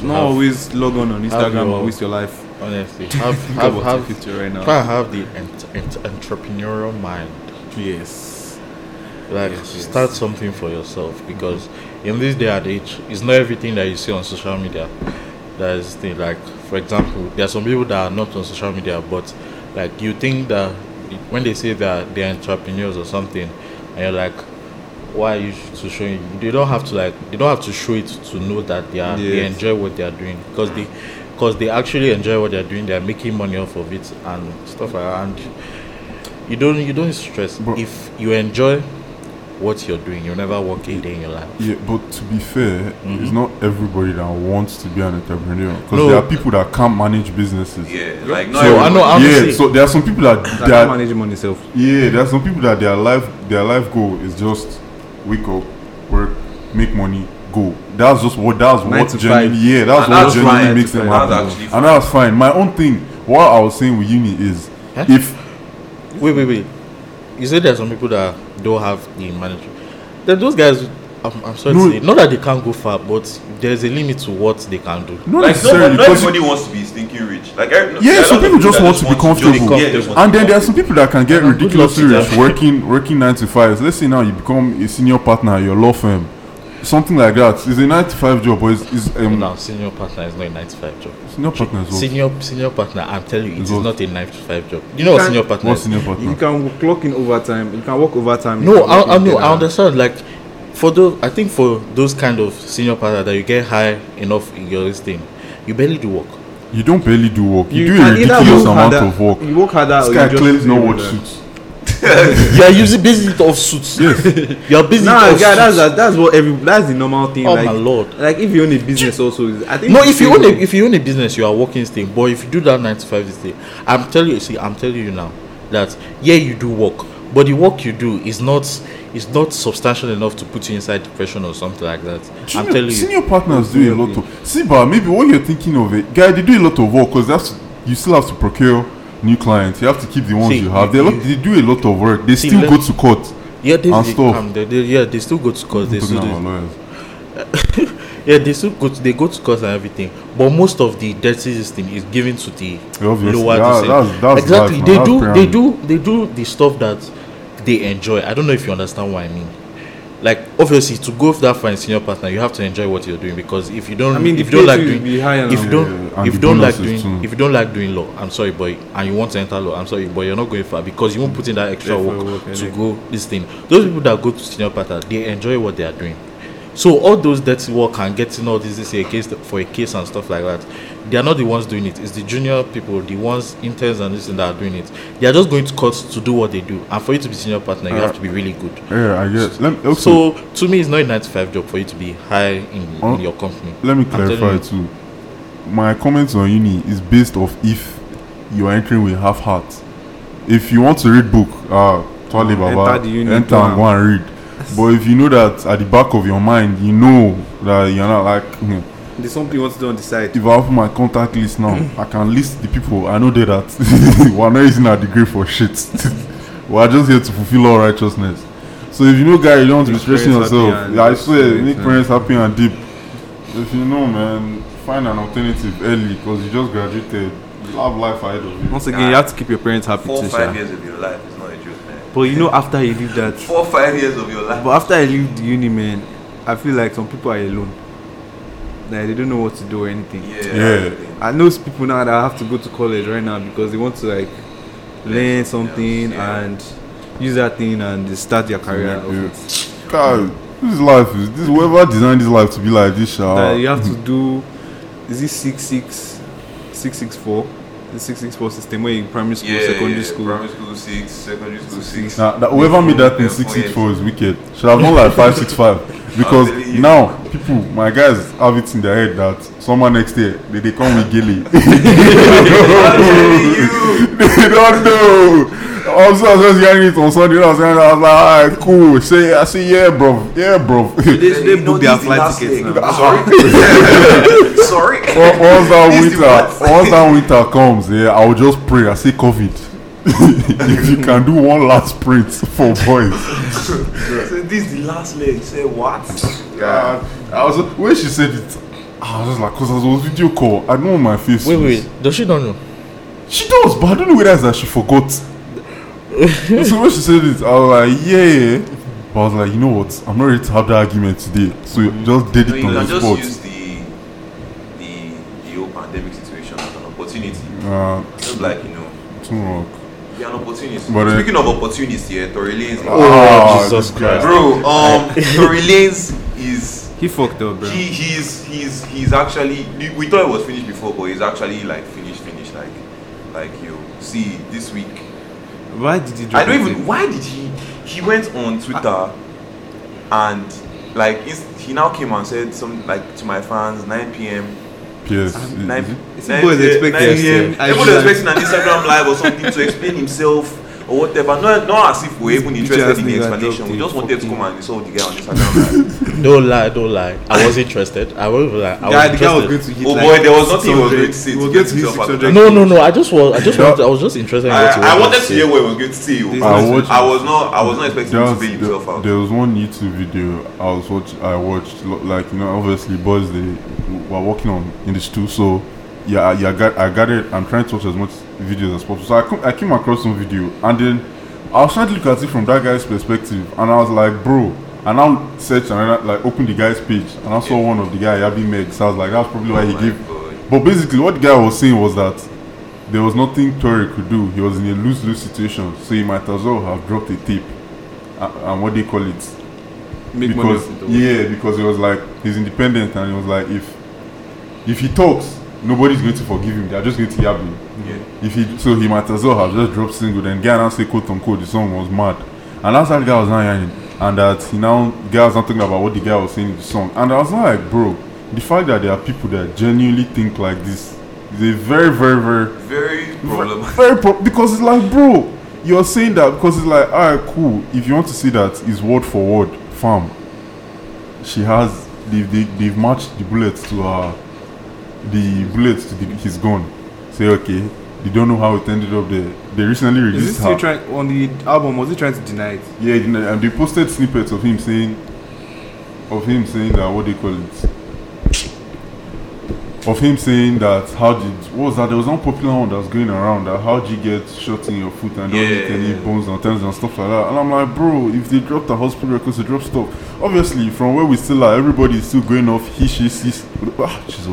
S2: man.
S3: always nice. To
S2: Not
S3: have,
S2: always log on on Instagram
S3: your-
S2: and waste your life.
S3: honestly, have
S2: Think
S3: have
S2: about
S3: have
S2: your future right now.
S3: try and have the ent- ent- entrepreneurial mind.
S2: Yes.
S3: Like
S2: Yes,
S3: start something for yourself because in this day and age, it's not everything that you see on social media that is the thing. Like for example, there are some people that are not on social media, but like you think that when they say that they're entrepreneurs or something, and you're like, why are you sh- to showing? They don't have to like they don't have to show it to know that they are they
S2: Yes.
S3: enjoy what they are doing because they because they actually enjoy what they are doing. They are making money off of it and stuff like that. And you don't you don't stress
S4: Bro.
S3: if you enjoy what you're doing you'll never work a day in your life
S4: Yeah, but to be fair, it's not everybody that wants to be an entrepreneur because
S3: No.
S4: there are people that can't manage businesses.
S1: Yeah, like
S3: So,
S1: no,
S3: I know- I'm
S4: yeah,
S3: saying-
S4: so there are some people that,
S2: That
S4: that
S2: manage money self.
S4: Yeah, there are some people that their life their life goal is just wake up, work, make money, go. That's just what that's
S2: Nine
S4: what
S2: to
S4: genuinely
S2: five.
S4: yeah,
S1: And
S4: that's what
S1: that's
S4: genuinely
S1: fine.
S4: makes them
S1: That's
S4: happy.
S1: actually fine.
S4: And that's fine. My own thing, what I was saying with uni is
S3: Huh?
S4: if
S3: wait wait wait you said there's some people that don't have the manager then those guys I'm, I'm sorry
S4: No.
S3: to say not that they can't go far but there's a limit to what they can do
S4: not
S1: like
S4: necessarily
S1: no, not
S4: because you-
S1: everybody wants to be stinking rich. Like every, no,
S4: Yeah,
S1: there are
S4: some
S1: a lot
S4: people
S1: of
S4: just want to be
S1: just
S4: comfortable.
S1: yeah, they just want
S4: and
S1: to
S4: then
S1: be
S4: there are some people that can get
S3: And I'm good
S4: ridiculously
S3: luck to
S4: rich
S3: them.
S4: working working nine to five. Let's say now you become a senior partner at your law firm. Something like that. It's a nine to five job, but it's, it's um,
S3: now senior partner is not a 95 job
S4: senior partner as well.
S3: senior senior partner i'm telling you it is
S4: What?
S3: not a 95 job you know what
S2: Can-
S3: senior partner
S4: What's
S3: is?
S4: senior partner?
S2: You can clock in overtime. You can work overtime.
S3: No, I, I know. I understand. Like for those, I think for those kind of senior partner that you get high enough in your this thing, you barely do work.
S4: You don't barely do work. You, do a
S2: can either
S4: ridiculous
S2: work
S4: amount
S2: harder-
S4: of work.
S2: You work harder.
S4: This
S2: or
S4: guy
S2: you just
S4: claims
S2: stay
S4: no
S2: with
S4: watch
S2: them.
S4: suits.
S3: you are using busy of suits. you are busy.
S2: Nah,
S3: of
S2: guy, that's
S3: suits.
S2: that, that's what every that's the normal thing.
S3: Oh
S2: like,
S3: my lord.
S2: Like if you own a business, also, is- I think.
S3: no,
S2: it's
S3: if you
S2: the
S3: own a,
S2: same thing.
S3: if you own a business, you are working this thing. But if you do that nine to five this thing, I'm telling you, see, I'm telling you now that yeah, you do work, but the work you do is not is not substantial enough to put you inside depression or something like that. I'm
S4: Senior,
S3: telling you.
S4: senior partners do a lot of. See, but maybe what you're thinking of it, guy, they do a lot of work because that's you still have to procure new clients. You have to keep the ones
S3: See,
S4: you have. They,
S3: you-
S4: lot, they do a lot of work. They
S3: See,
S4: still
S3: let-
S4: go to court.
S3: Yeah, they,
S4: And
S3: they,
S4: stuff.
S3: um, they, they- yeah, they still go to court. They
S4: Talking
S3: still
S4: about
S3: do
S4: lawyers.
S3: Yeah, they still go to they go to course and everything, but most of the dirty system is given to the
S4: Obviously,
S3: lower.
S4: that-
S3: descent.
S4: that's- that's
S3: exactly.
S4: life, man.
S3: they
S4: That's
S3: do they
S4: pyramid.
S3: do they do the stuff that they enjoy. I don't know if you understand what I mean. Like obviously, to go that far in senior partner, you have to enjoy what you're doing because if you don't,
S2: I mean,
S3: if
S2: the
S3: you
S2: pay
S3: don't like
S2: too
S3: doing,
S2: will be higher
S3: if
S2: now.
S3: you
S4: Yeah,
S3: don't,
S4: and
S3: if
S4: the
S3: you don't like
S4: bonuses
S3: doing,
S4: too.
S3: if you don't like doing law, I'm sorry, boy, and you want to enter law, I'm sorry, boy, you're not going far because you won't put in that extra
S2: Effort,
S3: work,
S2: work,
S3: to
S2: energy.
S3: go this thing. Those people that go to senior partner, they enjoy what they are doing. So all those dirty work and getting all this, this against for a case and stuff like that, they are not the ones doing it. It's the junior people, the ones interns and this and that are doing it. They are just going to court to do what they do. And for you to be senior partner, you have to be really good.
S4: Yeah, I guess. Let me, okay,
S3: So to me, it's not a nine to five job for you to be high in,
S4: Oh,
S3: in your company.
S4: let me
S3: telling
S4: clarify
S3: you.
S4: too. My comments on uni is based off if you are entering with half heart. If you want to read book, ah, Twale Baba,
S2: Enter the uni
S4: enter and go and read. But if you know that at the back of your mind, you know that you're not like, hmm,
S2: There's something you want to do on the side.
S4: if I open my contact list now, I can list the people I know they that we're not using our degree for shit. we're just here to fulfill all righteousness. So if you know, guy, you don't want to be
S2: Make
S4: stressing
S2: parents happy
S4: yourself.
S2: and-
S4: Yeah, I swear, make
S2: Yeah.
S4: parents happy and deep. If you know, man, find an alternative early because you just graduated. You have life ahead of you.
S2: Once again, you have to keep your parents happy
S1: Four
S2: too,
S1: five
S2: sha.
S1: years of your life is not a joke, man.
S2: But you know, after you leave that,
S1: Four five years of your life.
S2: But after I leave the uni, man, I feel like some people are alone. Like they don't know what to do or anything.
S4: Yeah.
S2: I know s- people now that have to go to college right now because they want to like learn something
S1: yeah.
S2: and use that thing and they start their career.
S4: Yeah.
S2: of it.
S4: God, this life is this. Whoever designed this life to be like this,
S2: That
S4: shall
S2: you have to
S1: Mm.
S2: do is it six six six six four? The six six four system where you primary school,
S1: Yeah,
S2: secondary
S1: yeah,
S2: school.
S1: primary school six, secondary school six.
S4: Nah, that, whoever made that in
S1: Yeah,
S4: six
S1: four
S4: six
S1: years.
S4: four is wicked. Should have done like five six five because
S1: I believe you.
S4: now people, my guys, have it in their head that someone next year they, they come with Gilly.
S1: you.
S4: they don't know. Also, I was just hearing it on Sunday. I was, hearing it, I was like, alright, cool. Say, I say, yeah, bro, yeah, bro.
S2: They,
S1: Yeah,
S2: they
S1: you
S2: book
S1: know
S2: their
S1: this
S2: flight
S1: last
S2: tickets
S1: thing.
S2: now.
S1: Sorry. Sorry.
S4: Once once that
S1: This is
S4: winter,
S1: what-
S4: once that winter comes, yeah, I will just pray. I say, COVID. if you can do one last sprint for boys.
S1: So this is the last leg. Say what?
S4: God. I was when she said it, I was just like, cause I was on video call. I know what my face.
S3: Wait,
S4: was.
S3: wait. Does she not know?
S4: She does, but I don't know whether it's that she forgot. so when she said it, I was like, yeah, yeah. But I was like, you know what? I'm not ready to have that argument today. So you just did
S1: Mm-hmm. No,
S4: it
S1: you can
S4: on the
S1: just
S4: spot.
S1: use the the the whole pandemic situation as an opportunity.
S4: Uh,
S1: Just like you know,
S4: too wrong.
S1: you're an opportunity.
S4: But, uh,
S1: Speaking of opportunity, yeah, Tory Lanez.
S4: Ah,
S3: Oh, Jesus
S4: this
S3: Christ.
S1: Bro, um, Tory Lanez is
S2: He fucked up, bro.
S1: he he's he's he's actually we thought it was finished before, but he's actually like finished finished like like you see this week
S2: Why did he drop
S1: I don't
S2: it?
S1: even. Why did he? He went on Twitter and like inst- he now came and said something like to my fans 9 p.m.
S4: Yes.
S1: 9
S2: It's people is expecting.
S1: 9 p.m.
S2: I
S1: People
S2: feel
S1: are
S2: like-
S1: expecting an Instagram live or something to explain himself or whatever. Not not as if we're even
S2: This bitch
S1: interested
S2: ass
S1: in the
S2: nigga
S1: explanation.
S2: dropped
S1: We
S2: a
S1: just wanted to
S2: fucking-
S1: come and insult the guy on Instagram live.
S3: No lie, don't lie. I was interested. I was like, I was
S2: Guy, the guy was
S3: interested.
S2: going to hit
S1: Oh
S2: like
S1: boy, there was nothing he was
S2: 600.
S1: going to say
S2: He
S1: to
S2: was
S1: get
S2: going to hit
S1: himself out of
S2: 600.
S1: that.
S3: no, no, no. I just was. I just
S4: Yeah.
S3: wanted, I was just interested in what you
S1: I, I
S3: were
S1: wanted to
S3: say.
S1: hear what he was going to say. oh.
S2: This
S1: I,
S4: is-
S1: was- I was not. I was not expecting him
S4: There
S1: to
S4: was,
S1: bail himself
S4: there,
S1: out.
S4: there was one YouTube video I was watch I watched lo- like you know obviously boys they w- were working on in the stool so yeah I- yeah I got I got it I'm trying to watch as much videos as possible so I, come, I came across some video and then I was trying to look at it from that guy's perspective and I was like bro and now search and I like open the guy's page and I saw one of the guy Yabi Meg so I was like that's probably why
S1: Oh
S4: he
S1: my
S4: gave
S1: God.
S4: but basically, what the guy was saying was that there was nothing Torre could do. He was in a lose lose situation, so he might as well have dropped a tape. A- And what they call it?
S2: make money
S4: because
S2: off it, though.
S4: yeah, because he was like he's independent, and he was like if if he talks, nobody's going to forgive him. They're just going to yab him.
S1: Yeah.
S4: If he so he might as well have just dropped single. Then guy now say quote unquote the song was mad, and that's how the guy was now yarning, and that he now guy was not talking about what the guy was saying in the song, and I was like, bro, the fact that there are people that genuinely think like this is a very very very
S1: Very problematic.
S4: very pro- because it's like, bro, you're saying that because it's like, alright, cool. If you want to see that, it's word for word, fam. She has they've, they, they've matched the bullets to her, the bullets to the, his gun. Say okay, they don't know how it ended up there. They recently
S2: Is this
S4: released
S2: still
S4: her.
S2: trying on the album? Was he trying to deny it?
S4: yeah, you know, and uh, they posted snippets of him saying, of him saying that what they call it, of him saying that how did what was that there was one popular one that was going around that how did you get shot in your foot and don't
S1: Yeah,
S4: get any
S1: yeah, yeah.
S4: bones and tendons and stuff like that. And I'm like, bro, if they drop the hospital records, they drop stuff. Obviously, from where we still are, everybody is still going off. He, she, she. Ah, Jesus,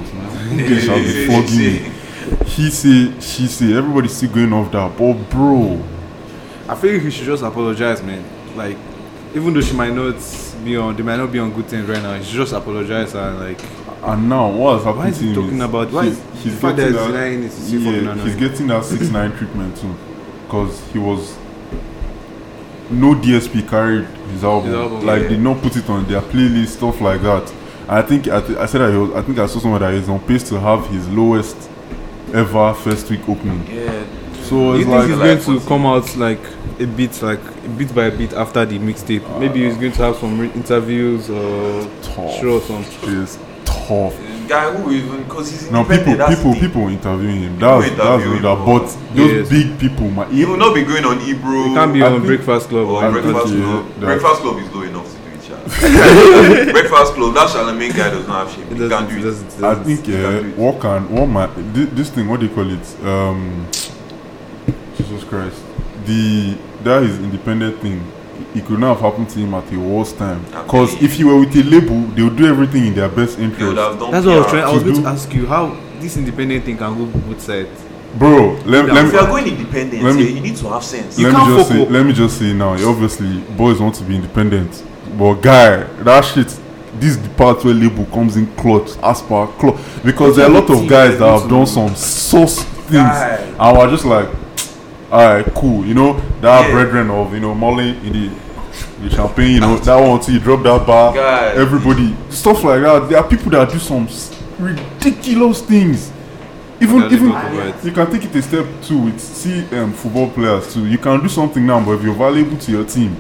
S4: man. English has been flogging me. He say, she say. Everybody's still going off that. But bro,
S2: I feel he should just apologize, man. Like, even though she might not be on, they might not be on good terms right now. He should just apologize and like,
S4: And now Ah, what has happened
S2: Why is he
S4: to him
S2: talking about- why is-
S4: he's,
S2: the
S4: he's
S2: fact
S4: getting
S2: that he's
S4: that,
S2: denying it is still fucking
S4: yeah, he's
S2: annoying.
S4: getting that six nine treatment too, because he was no DSP carried his album.
S2: His album,
S4: like
S1: yeah.
S4: they not put it on their playlist stuff like that. I think I, th- I said that he was, I think I saw somewhere that he's on pace to have his lowest ever first week opening.
S1: Yeah.
S4: So
S2: Do you think
S4: it's like
S2: he's
S1: like-
S2: going to come out like a bit, like a bit by bit after the mixtape? Maybe he's going to have some re- interviews or
S4: tough.
S2: show or some.
S4: It's tough.
S1: Guy who even because he's
S4: Now people,
S1: independent, that's
S4: people,
S1: the thing.
S4: people interviewing him. That's
S1: People
S4: that's
S1: interview
S4: what that.
S1: him,
S4: But those
S2: Yes.
S4: big people, my
S1: He will not be going on Ebro.
S2: It can't be
S4: I
S2: on
S4: think-
S2: Breakfast Club.
S1: Or
S4: I
S1: breakfast
S4: think, yeah,
S1: club.
S4: that-
S1: Breakfast club is low enough to do it, Sha. breakfast club. That Charlemagne guy does not have shame.
S2: It
S1: He can't
S2: doesn't,
S1: do
S2: it
S1: it.
S2: doesn't, it
S4: I
S2: doesn't.
S4: think uh,
S1: Exactly.
S4: what can what my thi- this thing what they call it um Jesus Christ the that is independent thing it could not have happened to him at the worst time because
S1: Absolutely.
S4: if he were with a label they would do everything in their best
S1: He would
S4: interest
S1: have done.
S2: That's what I was
S1: PR.
S2: trying. I
S4: To
S2: was going
S4: do-
S2: to ask you how this independent thing can go both sides.
S4: bro let, let
S1: If you are
S4: me
S1: going independent,
S4: let me-
S1: yeah, you need to have sense.
S2: You
S4: let
S2: can't
S4: me just
S2: fuck
S4: say
S2: up.
S4: let me just say now obviously boys want to be independent but guy that shit this is the part where label comes in clutch as per clutch because there are a lot of guys that have done some sus things
S1: Guy.
S4: and we're just like alright cool you know that
S1: Yeah.
S4: brethren of you know Molly in the the champagne you know that one too you drop that bar
S1: Guy.
S4: everybody stuff like that there are people that do some s- ridiculous things even
S2: That they
S4: even
S2: don't provide.
S4: you can take it a step too with see um, football players too you can do something now but if you're valuable to your team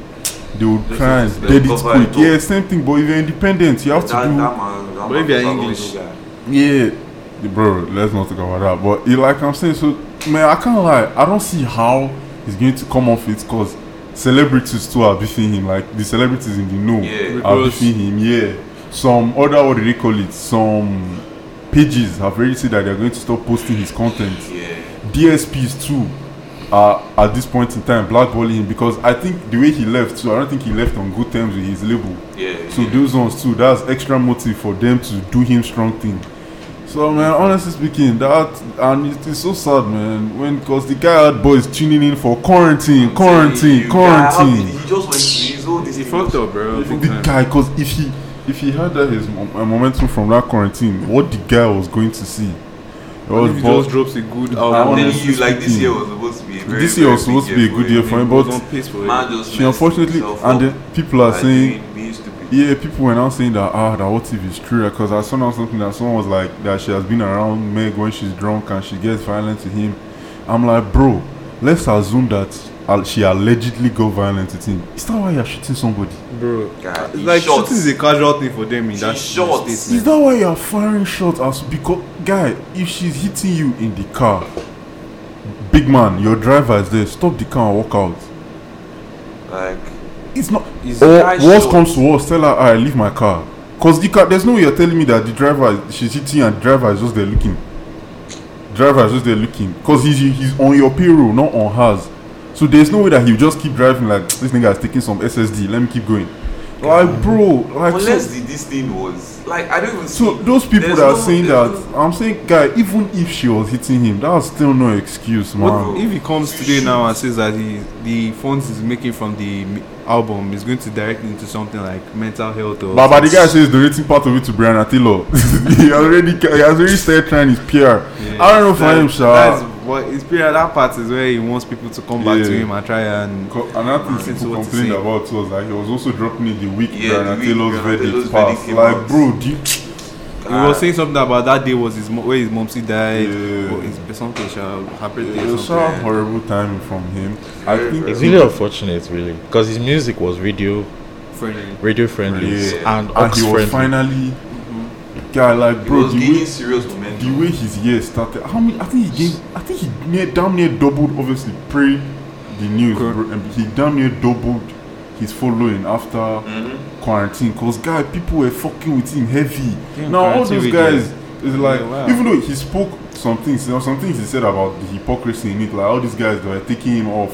S4: they will
S2: This
S4: try and
S2: is-
S4: dead it
S1: cover
S4: quick
S1: it up.
S4: yeah same thing but if you're independent you have
S1: That, that
S4: to do
S1: man, that
S2: But
S1: man
S2: if you are
S1: is a
S2: English-
S1: guy.
S4: yeah, bro, let's not talk about that. But it, like I'm saying, so man, I can't lie. I don't see how he's going to come off it because celebrities too are beefing him. Like the celebrities in the know
S1: Yeah.
S4: are
S2: Because-
S4: beefing him. Yeah, some other what do they call it? Some pages have already said that they're going to stop posting his content.
S1: yeah.
S4: DSPs too are at this point in time blackballing him because I think the way he left too, I don't think he left on good terms with his label.
S1: Yeah.
S4: So
S1: yeah.
S4: those ones too, that's extra motive for them to do him strong thing. So man, honestly speaking, that and it is so sad, man. When cause the guy had boys tuning in for quarantine, quarantine,
S1: You guy, how did-
S4: quarantine.
S1: He just went to his own.
S2: He fucked up, bro. Big
S4: The
S2: time.
S4: guy, cause if he if he had that his mo- uh, momentum from that quarantine, what the guy was going to see? It
S2: What if
S4: was
S2: he
S4: bo-
S2: just drops a good
S1: I'm
S2: album?
S1: telling
S4: honestly
S1: you, like this
S4: speaking,
S1: year was supposed to be. A very,
S4: this year
S1: very
S4: was supposed
S1: big
S4: to be a good year for him,
S2: He was
S4: but
S2: on pace for it.
S1: Man just
S4: she
S1: messed
S4: unfortunately,
S1: himself
S4: and
S1: up
S4: then people are
S1: by
S4: saying
S1: doing being stupid.
S4: Yeah, people were now saying that ah, that what if is true because I saw now something that someone was like that she has been around Meg when she's drunk and she gets violent to him. I'm like, bro, let's assume that al- she allegedly got violent with him. Is that why you're shooting somebody?
S2: bro.
S1: Guy, he
S2: Like
S1: shot.
S2: shooting is a casual thing for them in
S1: He
S2: that
S1: shot.
S4: Is
S2: statement.
S4: that why you're firing shots? As because guy, if she's hitting you in the car, big man, your driver is there. Stop the car and walk out.
S1: Like,
S4: It's not.
S2: Is
S4: Or
S1: that
S4: worst
S1: short?
S4: comes to worst, tell her I leave my car. Cause the car, there's no way you're telling me that the driver, is- she's sitting and driver is just there looking. Driver is just there looking. Cause he's he's on your payroll, not on hers. So there's no way that he'll just keep driving like this nigga is taking some SSD. Let me keep going. Like bro, like so,
S1: unless the, this thing was like, I don't even see.
S4: so those people
S1: there's
S4: that are
S1: no-
S4: saying that,
S1: there's no-
S4: I'm saying guy, even if she was hitting him, that's still no excuse, man.
S2: What if he comes today now and says that he, the funds he's making from the m- album is going to direct into something like mental health or
S4: But, but the guy says donating part of it to Brian Attilo. he already ca- he has already started trying his PR. I don't know for
S2: that-
S4: him,
S2: That's
S4: Sha.
S2: what his period. That part is where he wants people to come back to
S4: Yeah.
S2: him and try and
S4: Co- Another thing
S2: Since
S4: people
S2: what he's
S4: complained
S2: saying.
S4: about was that he was also dropping it the week
S1: Yeah,
S4: Brian
S1: the week
S4: Attilo's
S1: Brian Attilo's
S4: verdict
S1: verdict
S4: passed.
S1: came
S4: Like,
S1: out.
S4: bro, do you,
S2: He
S4: Ah.
S1: Ah,
S2: was saying something about that day was his mo- where his momsy died.
S4: Yeah.
S2: Or his something shall happen.
S4: it was a horrible timing from him. I
S1: Very,
S4: think
S1: very
S3: It's really unfortunate, really, because his music was radio,
S2: friendly.
S3: radio friendly,
S4: yeah.
S3: and
S4: and,
S3: ox
S4: he was
S3: friendly.
S4: finally guy like
S1: Mm-hmm. He
S4: bro.
S1: was
S4: The
S1: gaining
S4: way,
S1: serious
S4: the
S1: momentum.
S4: way his year started, how many? I think he gained. I think he near damn near doubled. Obviously, pre the news,
S2: Cor-
S4: bro, and he damn near doubled his following after.
S1: Mhm.
S4: quarantine because guy people were fucking with him heavy
S2: Yeah,
S4: now all
S2: quarantine
S4: those
S2: with
S4: guys is like
S2: Yeah, wow.
S4: even though he spoke some things you know, some things he said about the hypocrisy in it like all these guys they were taking him off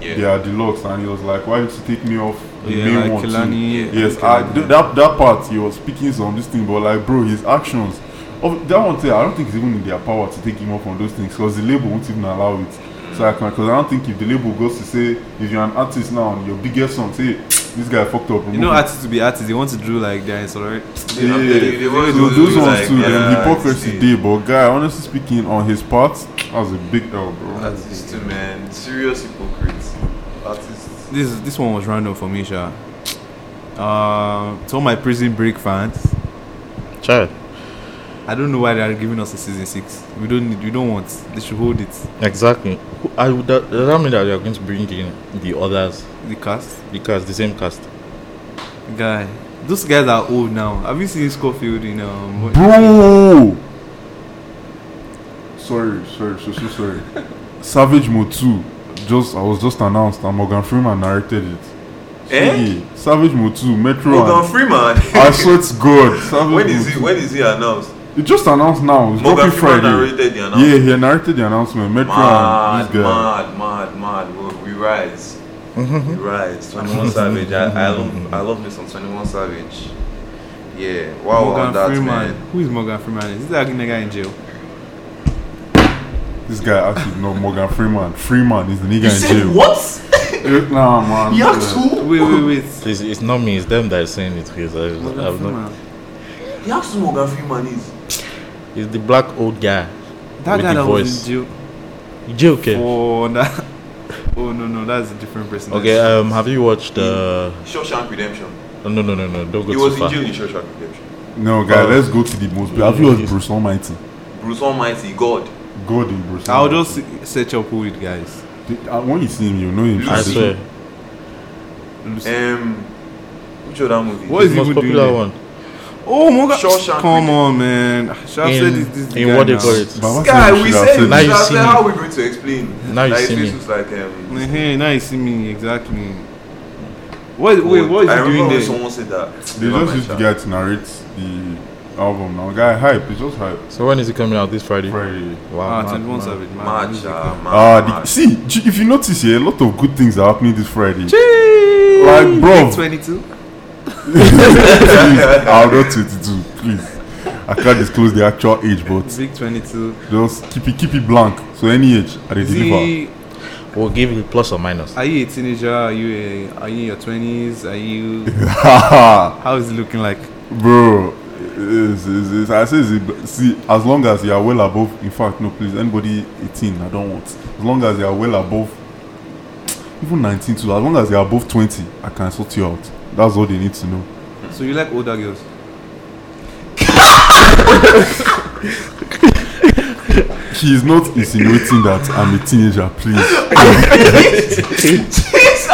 S1: Yeah.
S4: their deluxe and he was like why did you take me off the main
S2: Yeah, like
S4: one too?"
S2: Kelani.
S4: yes I, th- that that part he was speaking some this thing but like bro his actions of that one thing i don't think it's even in their power to take him off on those things because the label won't even allow it so i can because i don't think if the label goes to say if you're an artist now and your biggest song say this guy fucked up
S2: You
S4: remove
S2: know,
S4: him."
S2: artists to be artists. They want to do like their sorry.
S4: Yeah,
S1: I'm telling you, they want to
S4: those,
S1: do
S4: those
S1: it
S4: ones
S1: like,
S4: too.
S1: yeah,
S4: them
S1: this
S4: hypocrisy
S1: thing.
S4: day, but guy, honestly speaking, on his part, that was a big L, bro.
S1: Artists too, man. Serious hypocrites. Artists.
S2: This this one was random for me, Sha. Uh, to all my prison break fans,
S3: Child,
S2: I don't know why they are giving us a season six. We don't need. We don't want. They should hold it.
S3: Exactly. Who- I would. That, does that mean that you are going to bring in the others
S2: The cast
S3: because the same cast?
S2: guy. Those guys are old now. Have you seen Scofield in um? what-
S4: Bro! Sorry, sorry, so so sorry. Savage Mode 2 just I was just announced and Morgan Freeman narrated it.
S1: Eh?
S4: Shaggy, Savage Mode 2, Metro
S1: Morgan
S4: and-
S1: Freeman.
S4: I swear to God. Savage
S1: when is
S4: Mode
S1: he?
S4: 2.
S1: When is he announced?
S4: It just announced now. It's
S1: Morgan
S4: dropping
S1: Freeman
S4: Friday.
S1: narrated the announcement.
S4: Yeah, he narrated the announcement. Metro and
S1: Mad,
S4: this guy. Mm-hmm.
S1: mad, mad, mad. Well, we rise. we rise. 21 Savage. I, I love I love me some 21 Savage. Yeah. Wow,
S2: Morgan
S1: on that
S2: Freeman.
S1: man.
S2: Who is Morgan Freeman? Is that nigga in jail?
S4: This guy actually no Morgan Freeman. Freeman is the nigga in jail.
S1: what?
S4: Eh, Nah man. Yeah.
S1: two?
S2: Wait, wait, wait.
S3: It's, it's not me. It's them that are saying it because I,
S2: Morgan
S3: I've not.
S2: Freeman.
S1: He asked who Morgan Freeman is.
S3: It's the black old guy.
S2: That
S3: With
S2: guy
S3: the
S2: that
S3: voice.
S2: was in jail.
S3: Joke. Okay.
S2: Oh, that. Oh no no, that's a different person.
S3: Okay. Um. Have you watched? Uh,
S1: Shawshank Redemption.
S3: no no no no. Don't go
S1: He
S3: too
S1: was in
S3: far.
S1: jail in Shawshank Redemption.
S4: No guy,
S3: Oh.
S4: let's go to the most. Have you heard Bruce Almighty?
S1: Bruce Almighty, God.
S4: God in Bruce.
S2: I'll
S4: Almighty.
S2: just search up who it guys.
S4: The- uh, when you see him, you know him.
S3: I
S1: Lucy.
S3: swear.
S1: Um, which other movie?
S2: What is
S3: the
S2: he
S3: most
S2: even doing
S3: popular
S2: there?
S3: one?
S2: Oh my god!
S1: Shawshank
S2: Come on, man. Shall I say
S3: In-
S2: this, this
S3: in
S2: guy
S3: what they
S2: now?
S3: call it?
S4: Baba
S1: Guy,
S4: said you
S1: we
S4: should have
S1: said,
S3: Now
S4: said
S1: now
S3: you
S4: this.
S3: see
S1: how
S3: me.
S1: we going to explain.
S3: Now you
S1: like,
S3: see
S1: it
S3: me.
S1: looks like um,
S2: Hey, now you see me exactly. What? Wait, what
S1: I
S2: is he
S1: remember
S2: doing
S1: when
S2: there?
S1: someone said that.
S4: They
S1: Never
S4: just
S1: mind,
S4: used the
S1: sha.
S4: guy to narrate the album now. Guy hype, it's just hype.
S3: So when is it coming out? This Friday.
S4: Friday.
S3: Wow.
S2: Ah,
S3: mad,
S2: 21
S3: mad.
S2: Savage, man.
S1: Mad,
S2: Music.
S1: sha, mad,
S4: Ah, the,
S1: mad.
S4: see, j- if you notice here, a lot of good things are happening this Friday.
S2: Jeez.
S4: Like, bro.
S2: 22.
S4: please, I'm not 22. Please, I can't disclose the actual age, but
S2: Big 22.
S4: just keep it keep it blank. So any age, I dey
S2: Is
S4: deliver.
S2: he,
S3: We'll give you plus or minus.
S2: are you a teenager? Are you a, are you in your 20s? Are you how is it looking like?
S4: bro. It's, it's, it's, I say, it's, see, as long as you are well above, in fact, no, please, anybody 18, I don't want. As long as you are well above, even 19 too. As long as you are above 20, I can sort you out. That's all they need to know.
S2: So you like older girls?
S4: He is not insinuating that I'm a teenager, please.
S1: Jesus Christ!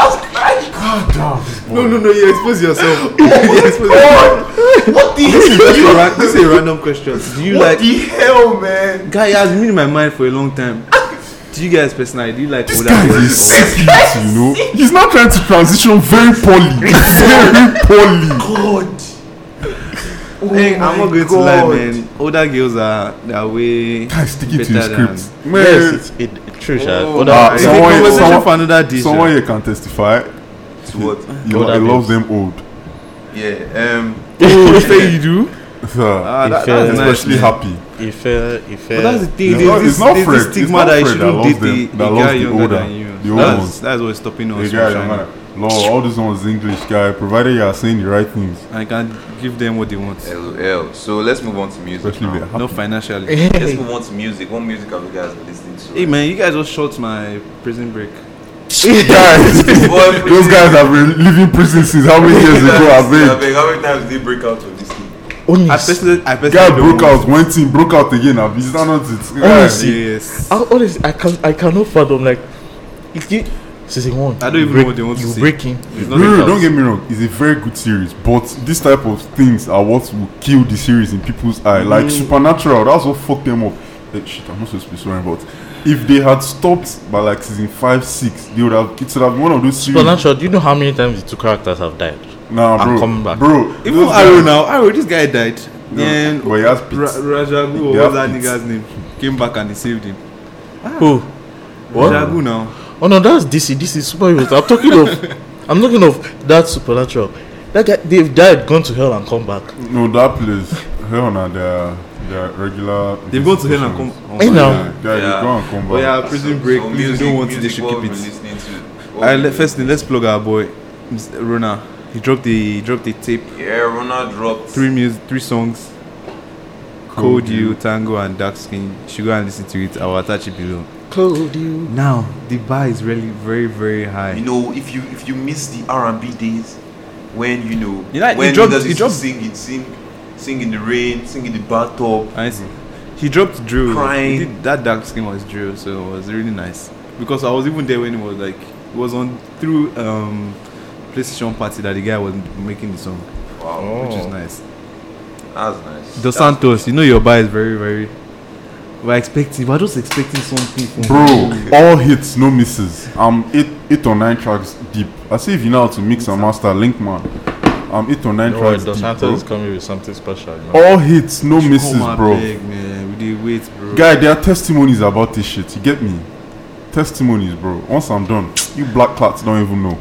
S2: No, no, no. You expose yourself. you expose yourself.
S1: What the,
S2: This is a ra- this is a random question. Do you
S1: what
S2: like?
S1: the hell, man?
S2: Guy it has been in my mind for a long time. Do you guys personally do you like older
S4: Guy
S2: girls?
S4: is sick, you know. He's not trying to transition very poorly. very
S3: Hmm.
S4: poorly.
S1: God. Oh
S2: Hey,
S1: my
S2: I'm not going
S1: God.
S2: to lie, man. Older girls are they are way
S4: Guy is sticking to
S2: better
S4: his
S2: than.
S4: script.
S3: Yes, it's it, it, true. sha.
S1: Oh.
S3: Other-
S4: Ah,
S2: It's a
S4: Someone-
S2: conversation
S4: someone-
S2: for another day.
S4: Someone
S2: sha.
S4: here can testify.
S1: To what?
S4: He,
S3: Older
S4: lo- he loves
S3: babes.
S4: them old.
S1: Yeah. Um.
S2: Oh, you say you do? Ah,
S3: If,
S2: that,
S3: uh,
S2: that's nice.
S4: especially
S2: man.
S4: happy.
S3: if uh, if uh,
S2: But that's the thing. There's
S4: It's not-
S2: this,
S4: it's not
S2: there's
S4: Fred.
S2: this
S4: It's
S2: stigma
S4: not
S2: that you
S4: Fred that
S2: shouldn't
S4: loves
S2: date the,
S4: them-
S2: the
S4: that
S2: guy
S4: loves the
S2: younger
S4: older-
S2: than you.
S4: the old
S2: That's,
S4: ones.
S2: that's what's stopping
S4: The
S2: us. from
S4: guy, I'm
S2: shining.
S4: gonna, Lord, all this one is English guy, provided you are saying the right things.
S2: I can give them what they want,
S1: LOL. So let's move on to music.
S4: Especially
S1: Now.
S4: the happy.
S2: not financially.
S1: Let's move on to music. What music have you guys been listening to?
S2: hey man, you guys just shot my prison break.
S4: guys,
S1: Boy,
S4: those guys have been living prison since how many years ago?
S1: How
S4: I
S1: many times- abeg,
S4: think.
S1: how many times did they break out of this thing?
S2: I
S3: honest,
S2: personally, I personally
S4: Guy
S2: don't
S4: broke
S2: want-
S4: out, went in, broke out again. I is that not it? Guy,
S3: Honestly.
S2: Yes. Oh.
S3: I, honestly, I can I cannot fathom like if you season one.
S2: I don't
S3: you
S2: even know
S3: break,
S2: what they want to
S3: you
S2: see.
S3: break in.
S2: It's
S4: No,
S2: not
S4: no,
S2: a
S4: no, don't
S2: house.
S4: get me wrong. It's a very good series, but this type of things are what will kill the series in people's eye. Like Supernatural, that's what fucked them up. Eh, shit, I'm not supposed to be swearing, but if they had stopped by like season five, six, they would have. It would have been one of those series.
S3: Supernatural. Do you know how many times the two characters have died?
S4: nah,
S3: and
S4: bro,
S3: come back.
S4: bro.
S2: Even
S4: those
S2: Arrow
S4: guys-
S2: now, Arrow, this guy died.
S4: No,
S2: Then
S4: but he has
S2: Ra-
S4: pits.
S2: Rajagu,
S4: They
S2: or
S4: have
S2: what's that
S4: pits.
S2: nigga's name? Came back and he saved him.
S3: Who? What?
S2: Rajagu now.
S3: Oh no, that's DC. DC is superheroes. I'm talking of. I'm talking of that supernatural. That guy, they've died, gone to hell, and come back.
S4: No, that place. Hell, nah, their their regular.
S2: They've gone to hell and come. Oh,
S3: Hey,
S2: my
S3: now.
S2: God.
S4: Yeah, guy,
S1: Yeah.
S4: they go and come back.
S2: Oh yeah, prison break. Please,
S1: music,
S2: we don't want it.
S1: music,
S2: They should
S1: what
S2: keep
S1: we've been
S2: it.
S1: listening to. What
S2: Alright,
S1: we've
S2: let,
S1: been
S2: first thing,
S1: listening
S2: let's plug our boy, Mr. Rona. He dropped the he dropped the tape.
S1: to. Yeah, Rona dropped.
S2: Three music, three songs.
S4: Cold
S2: Cold You, Tango, and Dark Skin. You should go and listen to it. I will attach it below.
S3: Clothed you.
S2: Now the bar is really very very high.
S1: You know, if you if you miss the R and B days, when you know,
S2: You know, he
S1: when
S2: dropped-
S1: niggas
S2: he
S1: used
S2: dropped-
S1: to sing, it sing sing in the rain, sing in the bathtub.
S2: And it's- he dropped drill.
S1: Crying.
S2: He did, that dark skin was drill, so it was really nice. Because I was even there when it was like it was on through um PlayStation party that the guy was making the song,
S1: Wow,
S2: which
S4: Oh.
S2: is nice.
S1: that's nice.
S2: Dos Santos, you know your bar is very very. We're expecting. We're just expecting something from
S4: Bro, all hits, no misses. I'm eight, eight or nine tracks deep. I say if you know how to mix and master, link man. I'm eight or nine
S3: Don't worry,
S4: tracks
S3: Dos
S4: deep.
S3: Santos is
S4: Bro.
S3: coming with something special. You know?
S4: All hits, no
S2: Come
S4: misses,
S2: out
S4: bro.
S2: big, man. We did wait, bro.
S4: Guy, there are testimonies about this shit. You get me? Testimonies, bro. Once I'm done, you black cats don't even know.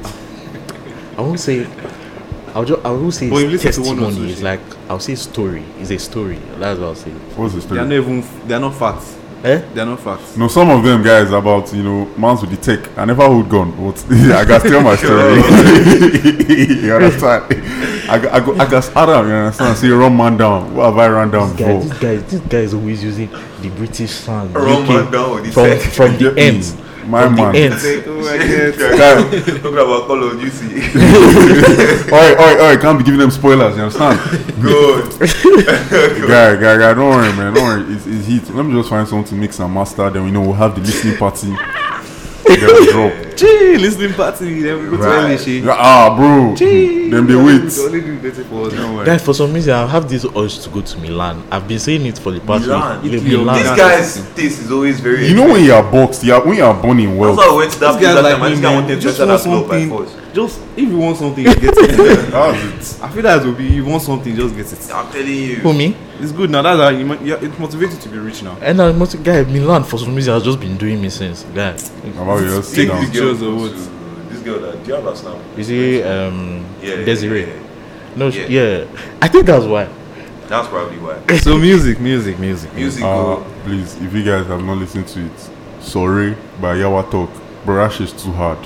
S3: I won't say. I'll just, I will say
S2: But you
S3: it's
S2: listen to one or two
S3: testimony. It's
S2: shit.
S3: like I'll say story. It's a story. That's what I'll say.
S4: What's the
S2: they
S4: story?
S2: are not even. They are not facts.
S3: Eh?
S2: They are not facts.
S4: No, some of them guys about you know mans with the tech. I never hold gun, but I got tell my story. you understand? I got I got I got Adam. You understand? See, run man down. What have I run down
S3: This guy,
S4: before?
S3: this guy, this guy is always using the British sound.
S1: Run
S3: UK,
S1: man down with the
S3: from
S1: tech.
S3: from the
S4: Get me?
S3: end.
S4: my
S3: from
S4: man.
S3: the end.
S2: Oh,
S4: Guy,
S1: Talking about Call of Duty.
S4: oi, oi, oi! Can't be giving them spoilers. You understand?
S1: Good.
S4: guy, guy, guy! Don't worry, man. Don't worry. It's, it's heat. Let me just find something to mix and master. Then we know we'll have the listening party. Then we drop.
S2: Gee, listening party. Then we go to
S1: Right.
S2: English. eh?
S4: Ah, bro.
S2: Gee.
S4: Them they wait.
S2: We only do better for us, don't worry.
S3: Guy, for some reason, I have this urge to go to Milan. I've been saying it for the past
S1: Milan,
S3: week.
S2: Italy,
S3: Milan.
S1: This guy's taste is always very.
S4: You know when you are boxed, you are, when you are born in
S1: That's
S4: wealth.
S1: why I went to that
S2: This
S1: place that
S2: guy's like
S1: time. and This
S2: me,
S1: guy
S2: man.
S1: wanted
S2: Just
S1: better than
S2: want
S1: club by
S2: something.
S1: force.
S2: Just if you want something, you get it.
S4: That's it.
S2: I feel that will be. You want something, just get it.
S1: I'm telling
S3: For
S1: you.
S3: me,
S2: It's good now. That's how you, mo- yeah, it motivates you to be rich now.
S3: and I must guy Milan for some reason has just been doing me since. Guy,
S4: About you, just sit
S1: Take
S4: down.
S1: this girl
S2: Pictures or
S1: to-
S2: what?
S1: This girl that do you have a snap?
S3: you see, um,
S1: Yeah, yeah,
S3: Desiree.
S1: yeah,
S3: No, she-
S1: Yeah.
S3: yeah. I think that's why.
S1: That's probably why.
S2: So music, music, music.
S1: Music.
S4: Uh,
S1: go.
S4: please, if you guys have not listened to it, sorry by Yawa Talk. Brash is too hard.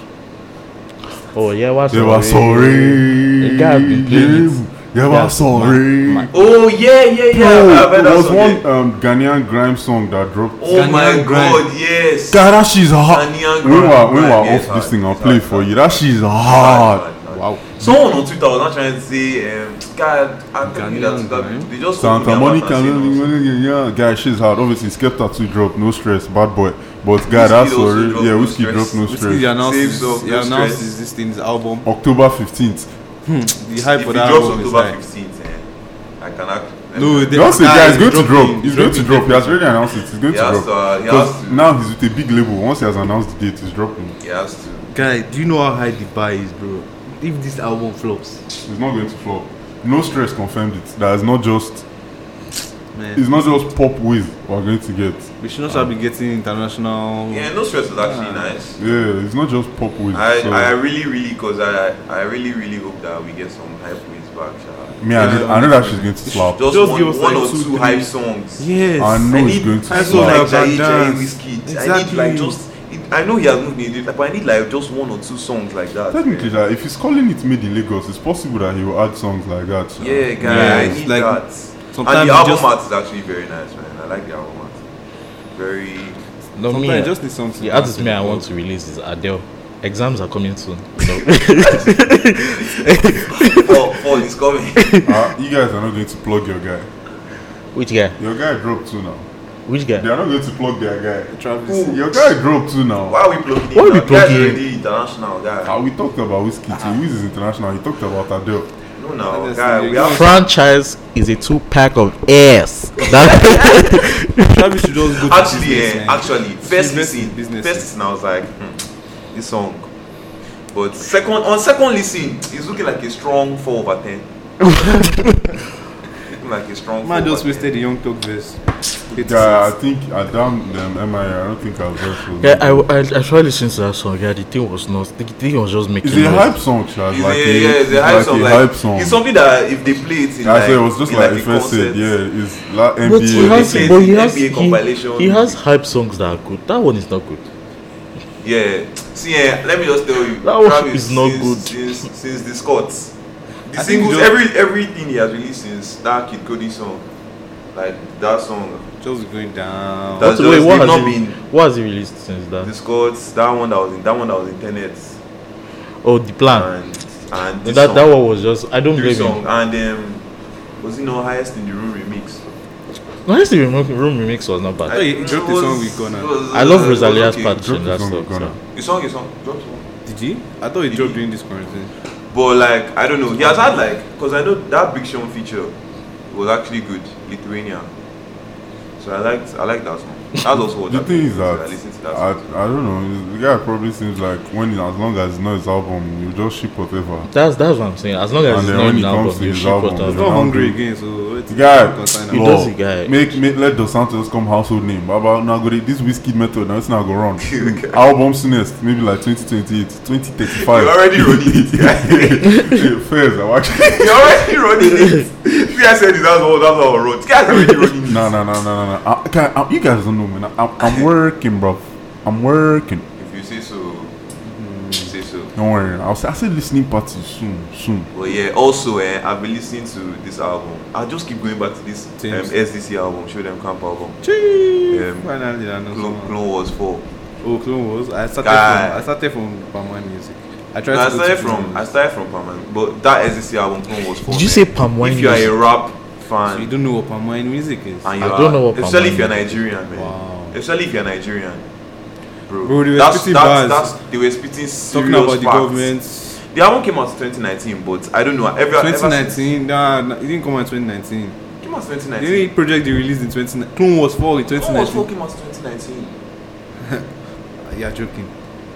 S3: Oh yeah, what's
S4: They were sorry.
S3: The guy has been playing it.
S4: They
S3: Yeah,
S4: were sorry.
S3: man.
S1: Oh yeah, yeah, yeah.
S4: Bro,
S1: I've heard
S4: there
S1: that
S4: was
S1: song,
S4: one
S1: yeah.
S4: um, Ghanaian grime song that dropped.
S1: Oh my
S2: Ghanaian grind.
S1: god, yes.
S4: God, that she's hard.
S1: Ghanaian
S4: When we were,
S1: grind,
S4: when we were
S1: grind, yes,
S4: off this
S1: hard,
S4: thing, I'll
S1: it's
S4: play
S1: hard,
S4: for
S1: hard.
S4: you. That she's hard.
S1: hard.
S2: Wow.
S1: Someone on Twitter was not trying to say, um, God, I'm telling you
S2: Ghanaian
S1: that,
S2: grind.
S1: that they just told me
S4: Santa
S1: about
S4: Monica,
S1: Tanzania also.
S4: yeah, guy, she's hard. Obviously, Skepta too dropped, no stress, bad boy. But guy, that's
S1: also
S4: sorry.
S1: dropped
S4: Yeah,
S1: No
S4: whiskey
S1: Stress.
S4: dropped no
S2: Which is he
S4: stress.
S2: announces,
S1: Saves up,
S2: he
S1: no
S2: announces
S1: stress.
S2: this thing, this album.
S4: October fifteenth.
S2: The hype
S1: If
S2: for
S1: it
S2: that
S1: drops
S2: album is
S1: October
S2: high.
S1: 15th, eh, I can act.
S2: No, they-
S4: Just say,
S2: guy
S4: guy, it's
S2: is
S4: going to
S2: dropping,
S4: drop.
S2: he's
S4: It's going to
S2: dropping.
S4: drop. He has already announced it. It's going
S1: he
S4: to
S1: has to.
S4: drop.
S1: Uh, he has
S4: Because
S1: to.
S4: now he's with a big label. Once he has announced the date, he's dropping.
S1: He has to.
S2: Guy, do you know how high the bar is, bro? If this album flops,
S4: It's not going to flop. No stress confirmed it. That is not just. It's
S2: man,
S4: not just pop whiz we're going to get.
S2: we should not start be getting international.
S1: Yeah, no stress is actually
S2: Ah.
S1: nice.
S4: Yeah, it's not just pop whiz.
S1: I,
S4: so,
S1: I really, really, cause I, I really, really hope that we get some hype waves back. Sha.
S4: me, I, know, I know that she's going to slap.
S1: Just,
S2: Just
S1: one,
S2: give us
S1: one
S2: like
S1: or
S2: two,
S1: two
S2: three.
S1: hype songs.
S2: Yes.
S4: I know
S1: I
S4: it's
S1: need
S4: going to
S1: I
S2: hype
S1: feel
S2: songs
S4: slap.
S1: like
S2: Slap
S1: Jai
S2: and
S1: Jai
S2: dance.
S1: Whiskey. I need
S2: Exactly.
S1: like just. It, I know he has not made it, but I need like just one or two songs like that.
S4: Technically, that if he's calling it made in Lagos, it's possible that he will add songs like that. sha.
S1: Yeah, guy,
S2: Yeah,
S1: I
S2: it's
S1: need
S2: like-
S1: that.
S2: sometimes
S1: and
S2: you
S1: the album
S2: just-
S1: art is actually very nice, man. I like the album art. Very.
S3: No
S2: Sometimes
S3: me.
S2: you
S3: eh,
S2: just need something.
S3: The
S2: to
S3: artist
S2: dance
S3: me I
S2: to.
S3: want to release is Adele. Exams are coming soon. So,
S1: Paul, Paul is coming.
S4: Ah, you guys are not going to plug your guy.
S3: which guy?
S4: Your guy dropped two now.
S3: Which
S4: They
S3: guy?
S4: are not going to plug their guy.
S2: Travis.
S4: Your guy dropped two now.
S1: Why are we plugging him?
S3: Why are
S1: now?
S3: we
S1: Guy's
S3: plugging him?
S1: already international guy.
S4: Ah, we talked about whiskey too.
S1: Ah.
S4: Wiz is international. He talked about Adele.
S1: No, now
S2: Honestly,
S1: guy, we
S2: you
S1: have.
S3: Franchise is a two pack of ass. That-
S2: Travis should just go to
S1: Actually,
S2: business,
S1: eh,
S2: man.
S1: actually, first
S2: Invest in
S1: listen,
S2: business.
S1: first listen, I was like, hmm, this song. But second, on second listen, it's looking like a strong four over ten. looking like a strong.
S2: Man
S1: four
S2: just
S1: over
S2: wasted the young talk verse. It's-
S4: Yeah, I think Adam them MI. I don't think I've heard from
S3: yeah, I,
S4: them.
S3: I, I tried listening to that song. Yeah, the thing was not. The thing was just making
S4: It's a
S3: noise.
S4: hype song, Chad.
S1: It's a,
S4: Like a,
S1: yeah, it's a hype
S4: like
S1: song.
S4: A
S1: Like,
S4: hype song.
S1: It's something that if they play it in
S4: I
S1: like,
S4: said it was just
S1: in
S4: like,
S1: like
S4: if
S1: a
S4: I said,
S1: concert,
S4: yeah, it's like
S3: But he
S4: NBA.
S3: has,
S1: plays
S3: but he
S1: in
S3: has,
S1: NBA
S3: he,
S1: compilation.
S3: he has hype songs that are good. That one is not good.
S1: Yeah. See, eh, let me just tell you,
S3: That one is not
S1: since,
S3: good.
S1: Since, since the Scots, the
S2: I think
S1: singles,
S2: just-
S1: every everything he has released since that Kid Cody song, like that song,
S2: Just going down.
S1: That's-
S3: Wait,
S1: just-
S3: what
S1: they've
S3: has,
S1: not
S3: he,
S1: been-
S3: what has he released since that?
S1: the Scots, that one that was in that one that was in Tenet,
S3: oh, the plan.
S1: and and this
S3: that
S1: song,
S3: that one was just. I don't
S1: three
S3: blame
S1: song,
S3: him.
S1: and um, Was he not highest in the room remix?
S3: Honestly, room, room remix was not bad.
S2: Hey, Oh, he dropped the song with Ghana.
S3: I love Rosalia's
S1: uh, okay.
S3: part in that
S4: Drop
S3: song.
S4: this one,
S3: so.
S1: Your song, your song, drop the song.
S2: Did he? I thought he dropped during this quarantine.
S1: But like, I don't know. He has had like, cause I know that Big Sean feature was actually good, Lithuania. So I liked, I liked that song. That's also what
S4: The
S1: that
S4: thing
S1: made me
S4: is that
S1: I listened to that.
S4: I,
S1: song.
S4: I don't know. The guy probably seems like when as long as it's not his album, you just ship whatever.
S3: That's that's what I'm saying. As long as
S4: And
S3: it's
S4: then
S3: not
S4: when
S3: in
S4: it
S3: the
S4: comes
S3: album,
S4: to
S3: you
S4: his
S3: ship
S4: album,
S2: He's
S3: whatever.
S2: not
S4: Ronaldo.
S2: hungry again, so it's
S4: The guy,
S2: consign
S3: He
S2: am.
S3: does it, guy.
S4: Make, make let Dos Santos come household name. Baba now go dey- this whiskey method now it's not go wrong. Album soonest maybe like 2028, 2035.
S1: You already running it,
S4: yeah, first, I'm actually.
S1: You're already running it. This guy said that's all, that's all I wrote. This guy's already running it.
S4: No, no, no, no, no, no. I, can, I, you guys don't know, man. I, I'm, I'm working, bro. I'm working.
S1: If you say so, if you say so.
S4: Don't worry. I'll say, I say listening party soon, soon.
S1: But yeah, also eh, I've been listening to this album. I just keep going back to this um,
S2: Teams.
S1: SDC album, Show Them Camp album.
S2: Gee,
S1: Um,
S2: Finally, I know
S1: Clone,
S2: someone.
S1: Clone Wars 4.
S2: Oh, Clone Wars. I started
S1: Guy.
S2: from I started from Bama music. I tried
S1: No,
S2: to
S1: I
S2: go
S1: started
S2: to
S1: from
S2: Clone
S1: I
S2: Wars.
S1: started from Palm but that SDC album Clone Wars 4.
S3: Did you
S1: man.
S3: say palm wine?
S1: If you are
S3: music?
S1: a rap
S2: So you
S1: fan
S2: don't know what Bama music is.
S1: and you
S3: I
S1: are,
S3: don't know what Palm
S1: especially if
S3: Wine
S1: you're
S3: music is.
S1: Nigerian, man.
S2: Wow.
S1: Especially if you're Nigerian, bro.
S2: Bro, they were
S1: that's,
S2: spitting
S1: that's,
S2: bars.
S1: that's they were spitting serious
S2: Talking about the
S1: facts.
S2: government.
S1: The album came out in 2019, but I don't know. Every, ever since-
S2: 2019. Nah, nah, it didn't come out in 2019.
S1: came out in
S2: The
S1: 2019.
S2: only project they released in 2019. Clone Wars fall in
S1: Clone Wars 4
S2: 2019.
S1: came out in 2019.
S2: You're joking.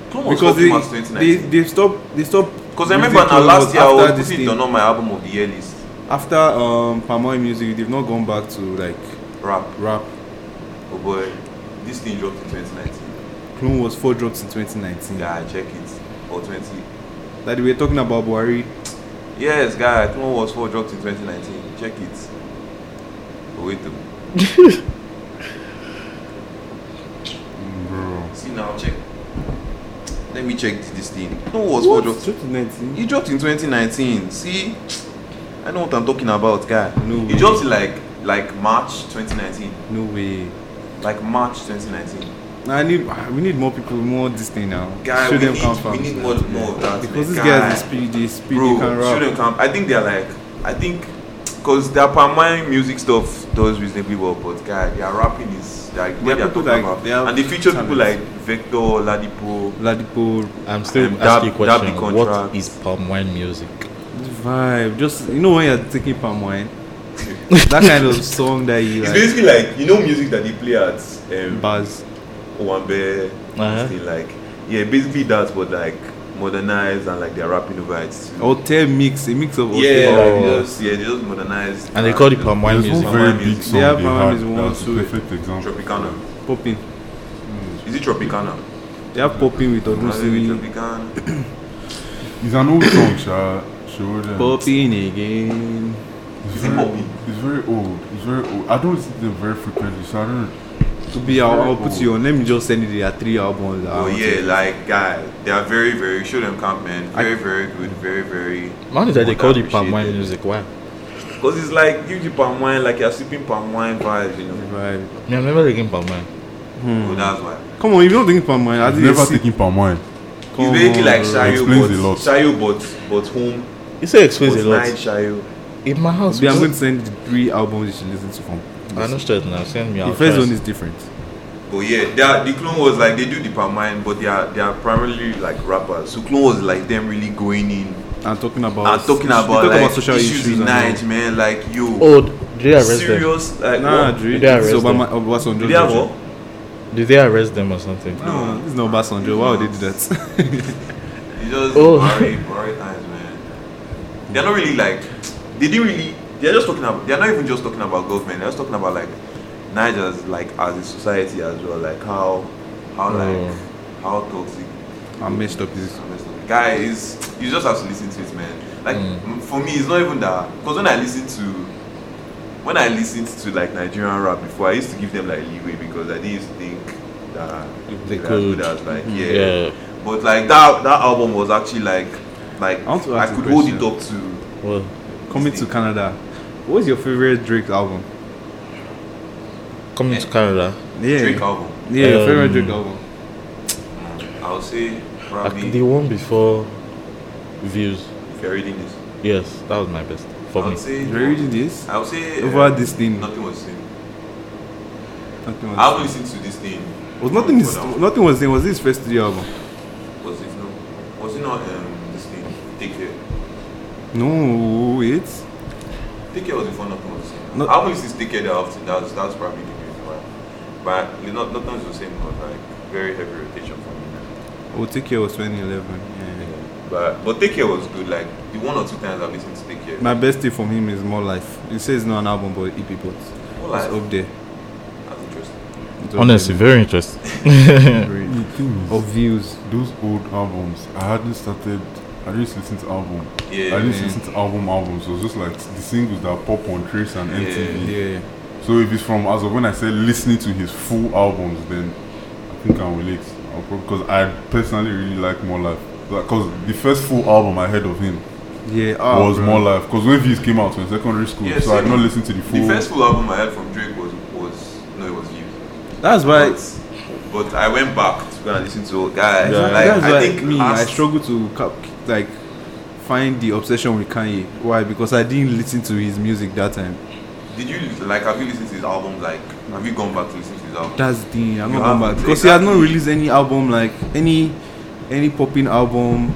S1: Clone Wars 4
S2: Because
S1: came out in
S2: they, they
S1: 2019.
S2: they stopped they stopped.
S1: Because I
S2: releasing
S1: remember now
S2: Clone
S1: last
S2: Wars
S1: year I
S2: after
S1: was
S2: this
S1: putting it
S2: thing.
S1: on all my album of the year list.
S2: after um Pamoy music they've not gone back to like
S1: Rap.
S2: rap
S1: Oh boy. This thing dropped in 2019.
S2: Clone Wars 4 drops in 2019
S1: Yeah, check it. Or 20.
S2: that we were talking about Buhari
S1: Yes, guy. Clone Wars 4 dropped in 2019. Check it. Oh, wait. though.
S4: Bro.
S1: See now, check. Let me check this thing. Clone Wars 4 dropped.
S2: 2019
S1: It dropped in 2019. See? I know what I'm talking about, guy.
S2: No
S1: It
S2: way.
S1: dropped in like, like March 2019.
S2: no way
S1: Like March 2019.
S2: I need ah, we need more people more this thing now
S1: Guy,
S2: show
S1: we
S2: them
S1: need,
S2: confirm
S1: we need more, more of that.
S2: because
S1: man.
S2: these guys
S1: Guy.
S2: are speedy they speedy
S1: Bro,
S2: can rap
S1: shouldn't come. I think they're like, I think, because their Palmine music stuff does reasonably well, but guy, their rapping is like, what
S2: There are
S1: they're
S2: people
S1: talking
S2: like-
S1: about.
S2: they have
S1: and they feature people like
S2: talent.
S1: Vector, Ladipo.
S2: Ladipo
S3: I'm still
S1: Um,
S3: asking
S1: Dab-
S3: you a question.
S1: Dabby
S3: What
S1: contract.
S3: is palm wine music?
S2: vibe just you know when you're taking palm wine that kind of song that you
S1: It's
S2: like
S1: basically like, you know, music that they play at um,
S2: buzz
S1: Owambe,
S3: Uh-huh.
S1: thing like, yeah, basically that's what like modernized and like they're rapping over it. too.
S2: hotel mix a mix of hotel
S1: yeah, like,
S3: Oh.
S1: they just, yeah, they just modernized.
S3: And they call it
S1: just-
S3: palm wine music.
S4: There's one
S1: Palm
S4: very
S1: Wine
S4: big
S1: music.
S4: song
S2: Yeah,
S4: they
S2: Palm Wine
S4: had.
S2: is one
S4: That's a
S2: too.
S4: perfect example. Mm.
S1: Tropicana.
S2: uh, popping
S1: Is it Tropicana?
S2: they have popping with Odunsi
S1: Tropicana.
S4: It's an old song, Sha. Sure, yeah.
S2: popping again
S4: It's
S1: Is it
S4: very-
S1: Bobby?
S4: It's very old. It's very old. I don't listen to them very frequently, so I don't.
S2: to be I'll, I'll put you on. Let me just send you the uh, three albums. that I
S1: Oh
S2: want
S1: yeah,
S2: to-
S1: like guy, they are very, very show them compliment. Very, very good. Very, very.
S3: Man, is that they
S1: Would
S3: call it palm
S1: appreciate
S3: wine
S1: it.
S3: music? Why?
S1: Cause it's like give you palm wine, like you're sipping palm wine vibes, you know.
S2: Right.
S3: Me, I'm never taking palm wine.
S4: Hmm.
S1: So that's why.
S2: Come on, if you don't think Palm Wine, I
S4: I've
S2: think
S4: never taken palm wine.
S1: It's basically like Shayo,
S4: Explains a lot.
S1: but Shayo, but but home,
S3: You say explains
S1: but
S3: a
S1: night
S3: lot.
S1: Shayo.
S3: In my house,
S2: I'm
S3: we
S2: going
S3: don't-
S2: to send the three albums you should listen to from.
S3: I know straight now. Send me
S2: The
S3: out.
S2: first one is different.
S1: But Oh, yeah, they are, the clone was like they do the palm wine, but they are they are primarily like rappers. So clone was like them really going in
S2: I'm talking about.
S1: and talking
S2: they
S1: about
S2: talk
S1: like
S2: social
S1: issues, in
S2: and all.
S1: night, man. Like yo,
S3: Oh, did they arrest them?
S1: serious. Like,
S2: Nah,
S1: what?
S2: Dre.
S3: They are
S2: This is
S3: arrested.
S2: Obama, Obasanjo.
S1: Did they have what?
S3: Did they arrest them or something?
S2: No, this is not Obasanjo. Why would they do that?
S1: It's just
S3: Oh.
S1: Buhari, Buhari times, man. They're not really like they didn't really. They're just talking about. They're not even just talking about government. They're just talking about like Niger's like as a society as well. Like how how
S3: Oh.
S1: like how toxic.
S2: I messed up this.
S1: Guys, you just have to listen to it, man. Like
S2: Mm.
S1: m- for me, it's not even that. Because when I listen to when I listened to like Nigerian rap before, I used to give them like leeway because I didn't used to think that
S3: They
S1: were as good
S3: could.
S1: as like
S2: Mm-hmm.
S3: Yeah.
S1: but like that that album was actually like like
S2: I want to
S1: I,
S2: ask a
S1: could hold it
S2: question.
S1: up to
S3: Well,
S2: Coming to Canada. What's your favorite Drake album?
S3: coming to Canada,
S2: Yeah.
S1: Drake album.
S2: Yeah, your favorite
S3: Um,
S2: Drake album.
S1: I would say
S3: I-
S1: probably
S3: the one before views.
S1: if you're reading this.
S3: Yes, that was my best.
S1: I
S3: for me.
S1: would say
S2: You were reading this?
S1: I would say uh,
S2: Over this thing.
S1: Nothing was the same.
S2: Nothing
S1: I
S2: was.
S1: haven't listened to this thing. Oh,
S2: Was nothing,
S1: Hold on.
S2: his, nothing was there. Was this first studio album?
S1: Was it no? Was it not um, this thing? Take care.
S2: No, it's
S1: Take care was before nothing was the same.
S2: No-
S1: I haven't listened to Take care that often. That was, that was probably the reason why. But you know, nothing was the same. Was like very heavy rotation for me.
S2: Oh, Take Care was 2011. Yeah.
S1: But but Take care was good. Like the one or two times I listened to Take care.
S2: My best tip from him is More Life. He says it's not an album, but EP, but
S1: More
S2: it's
S1: Life.
S2: up there.
S1: That's interesting.
S2: It's up
S3: Honestly,
S2: there.
S3: very interesting.
S4: The thing is,
S2: Of views.
S4: those old albums, I hadn't started. I didn't listen to album. I
S1: Yeah.
S4: didn't listen to album albums. It was just like the singles that pop on Trace and
S1: Yeah.
S4: MTV.
S2: Yeah.
S4: So if it's from as of when I said listening to his full albums, then I think I'll relate. Because I personally really like More Life. Because the first full album I heard of him
S2: Yeah. ah,
S4: was
S2: bro.
S4: More Life. Because when Views came out in secondary school,
S1: Yeah,
S4: so I did not
S1: same.
S4: listen to the
S1: The
S4: full.
S1: first full album I heard from Drake was was no, it was you.
S2: That's why.
S1: But, but I went back to go and listen to guys.
S2: Yeah,
S1: like,
S2: that's
S1: I
S2: why
S1: think
S2: me,
S1: last-
S2: I struggle to cap, like find the obsession with Kanye. Why? Because I didn't listen to his music that time.
S1: Did you like? Have you listened to his album? Like, have you gone back to listen to his album?
S2: That's the thing. I'm
S1: You
S2: not going
S1: haven't,
S2: back because he has not
S1: exactly.
S2: released any album, like any any popping album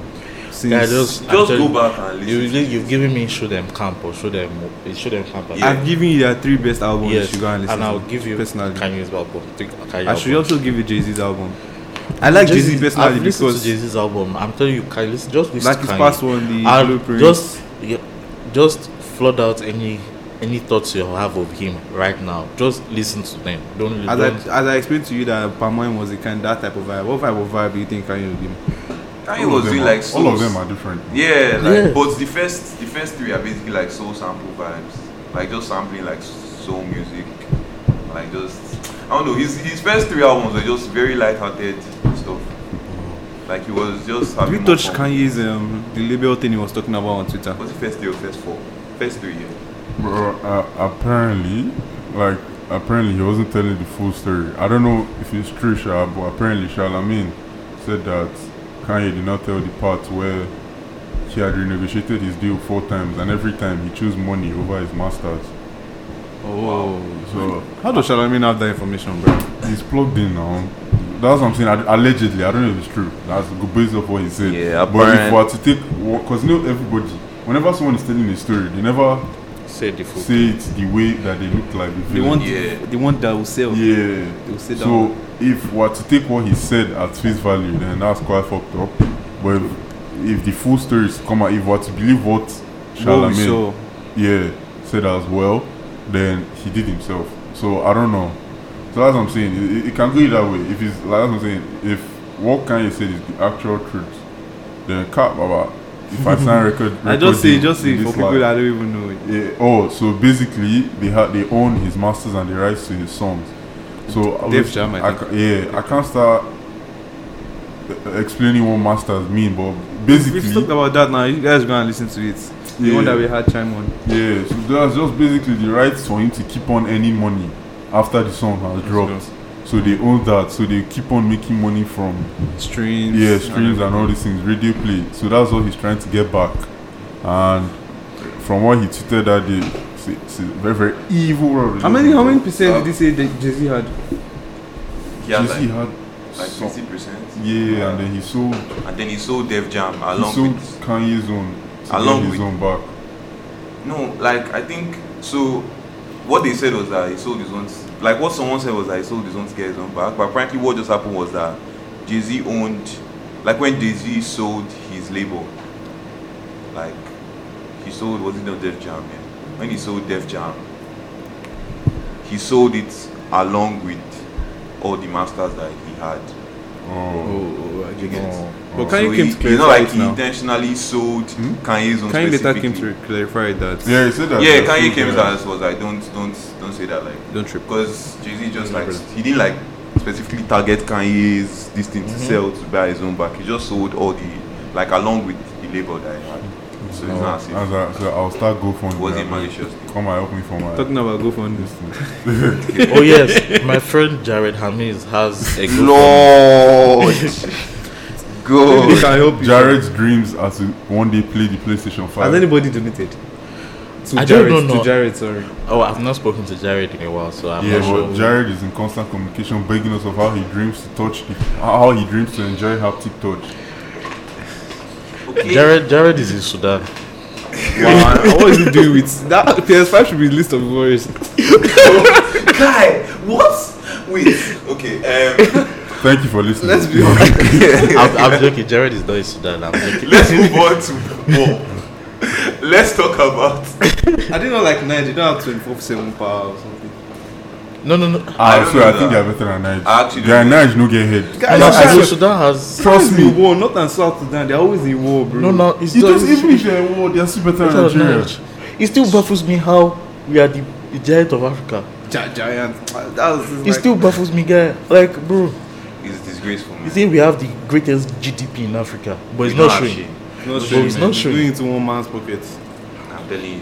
S2: since.
S3: Guy, just
S1: Just
S3: actually-
S1: go back and
S3: You,
S1: listen.
S3: you- you've given me show them camp or show them show them camp.
S1: Yeah.
S2: I've given you their three best albums.
S3: Yes,
S2: you should go and
S3: and,
S2: listen.
S3: I'll
S2: to,
S3: give you
S2: personally.
S3: Kanye's album. Think Kanye
S2: I should
S3: album.
S2: also give you Jay Z's album. I like Jay Z
S3: I've
S2: personally
S3: listened
S2: because
S3: to Jay Z's album. I'm telling you, can listen, just listen
S2: like
S3: to
S2: his
S3: Kanye.
S2: past one, the
S3: and
S2: blueprint.
S3: just yeah, just flood out any any thoughts you have of him right now. Just listen to them. Don't
S2: as I
S3: don't,
S2: as I explained to you that Palmine was the kind that type of vibe. What type of vibe do you think Kanye would give? me?
S1: Kanye
S4: All of
S1: was
S4: them
S1: doing
S4: are-
S1: like
S4: all of
S1: souls.
S4: them are different.
S1: Yeah, like
S3: Yes.
S1: but the first the first three are basically like soul sample vibes, like just sampling like soul music, like just I don't know. His his first three albums were just very light-hearted stuff. Like he was just
S2: Have
S1: having.
S2: you
S1: more
S2: touched
S1: fun.
S2: Kanye's um, the label thing he was talking about on Twitter?
S1: What's the first three or first four? First three, yeah.
S4: Bro, uh, apparently, like apparently he wasn't telling the full story. I don't know if it's true, Sha, but apparently Charlamagne said that Kanye did not tell the part where he had renegotiated his deal four times, and every time he chose money over his masters.
S2: Oh,
S4: So
S2: how does Charlamagne have that information, bro?
S4: he's plugged in now. That's what I'm saying. ad- Allegedly, I don't know if it's true. That's go- based off what he said.
S1: Yeah,
S4: but if
S1: apparent-
S4: we are to take, because you know everybody, whenever someone is telling a story, they never
S3: say the full.
S4: say it the way that they look like. The
S2: The
S4: villain.
S2: one,
S1: Yeah.
S2: the one that will sell.
S4: Yeah.
S2: They will sit down.
S4: So if we're to take what he said at face value, then that's quite fucked up. But if, if the full story is come out, if we're to believe what
S2: What we
S4: Charlamagne,
S2: saw.
S4: yeah, said as well, then he did himself. So I don't know. So that's what I'm saying. It, it- it can go either way. If it's like that's what I'm saying. If what Kanye said is the actual truth, then cap baba. If I sign record,
S2: I just
S4: record
S2: say,
S4: deal
S2: just say
S4: in
S2: for
S4: this
S2: people
S4: life-
S2: that don't even know it.
S4: yeah, oh, so basically they had they own his masters and the rights to his songs. So I
S2: Def
S4: was-
S2: Jam, I
S4: I ca- yeah, I can't start uh, explaining what masters mean, but
S2: We've
S4: basically,
S2: talked about that now. You guys go and listen to it. The
S4: yeah,
S2: one that we had chime on.
S4: yeah, so that's just basically the rights for him to keep on earning money after the song has dropped. So they own that, so they keep on making money from
S2: Streams.
S4: yeah streams and all these things, radio play. So that's what he's trying to get back. And from what he tweeted that day, it's, it's a very very evil world. we
S2: How
S4: live
S2: many
S4: in,
S2: how
S4: bro.
S2: many percent did they say that Jay Z had?
S1: He had
S4: Jay-Z
S1: like
S4: had
S1: like
S4: some-
S1: fifty percent.
S4: yeah, and then he sold
S1: And then he sold Def Jam
S4: he
S1: along
S4: sold
S1: with
S4: Kanye's own to
S1: Along
S4: get his
S1: with-
S4: own back.
S1: No, like I think so. What they said was that he sold his own. Like what someone said was that he sold his own to get his own back. But frankly, what just happened was that Jay Z owned. Like when Jay Z sold his label, like he sold was it not Def Jam? Yeah? When he sold Def Jam, he sold it along with all the masters that he had.
S4: Oh,
S2: Oh, I
S4: oh,
S2: get
S4: oh.
S2: But Kanye
S1: so
S2: came
S1: he, you
S2: to
S1: know,
S2: clarify
S1: like
S2: it
S1: he
S2: now. Hmm?
S1: intentionally sold Kanye's own.
S2: Kanye later came
S1: specifically.
S2: to clarify it that.
S4: yeah, he said that.
S1: Yeah,
S4: that
S1: Kanye
S4: sold
S1: came
S4: the-
S1: to us was like, don't, don't, don't say that like.
S2: Don't trip.
S1: because Jay Z just like he didn't like specifically target Kanye's this thing to sell to buy his own back. He just sold all the like along with the label that he had. So it's
S4: Oh,
S1: not as
S4: I was
S1: if
S4: like, so I'll start GoFundMe.
S1: it wasn't
S4: I'm like,
S1: malicious.
S4: Come and help me for my
S2: Talking about GoFundMe.
S4: this thing.
S3: Oh yes, my friend Jared Hamiz has a girlfriend.
S1: Lord,
S2: Maybe they
S1: God.
S2: can help you.
S4: Jared's dreams are to one day play the PlayStation
S2: Has
S4: Five.
S2: anybody donated? to
S3: I don't
S2: Jared.
S3: know.
S2: To Jared, sorry.
S3: Oh, I've not spoken to Jared in a while, so I'm
S4: yeah,
S3: not sure.
S4: but Jared is in constant communication, begging us of how he dreams to touch, the, how he dreams to enjoy haptic touch.
S1: Okay.
S3: Jared, Jared is in Sudan.
S2: Wow, what is he doing with that? PS5 should be list of worries.
S1: Guy, what? Wait. Okay. Um,
S4: Thank you for listening.
S2: Let's be honest.
S3: I'm, I'm joking. Jared is not in Sudan. I'm joking.
S1: let's move on to more. Let's talk about.
S2: I didn't know like nine. You don't have 24 7 power or something.
S3: No, no, no.
S4: I,
S1: don't
S4: swear,
S1: know
S4: I think they
S1: that.
S4: are better than Nige.
S1: I actually
S4: They are
S1: don't
S4: Nige, no get head.
S3: No,
S2: Guys,
S3: no,
S2: guys,
S3: no, Sudan has.
S4: Trust
S2: Always in
S4: me.
S2: war, North and South Sudan, they're always in war, bro.
S3: No, no. It's
S4: It just,
S3: it's
S4: even if they are in war, they are still better
S3: better than
S4: than Nigeria.
S3: Jared. It still baffles me how we are the, the giant of Africa.
S2: Gi- giant. That was just
S3: It
S2: like,
S3: still baffles me, guy. Like, bro,
S1: It's disgraceful,
S3: you
S1: man.
S3: say we have the greatest GDP in Africa, but it's
S1: We don't
S3: not
S1: have
S3: showing.
S1: shit.
S2: not
S3: But
S2: showing,
S3: it's
S2: man.
S3: not
S2: It's
S3: showing.
S2: Doing it to one man's pocket.
S1: I'm telling you.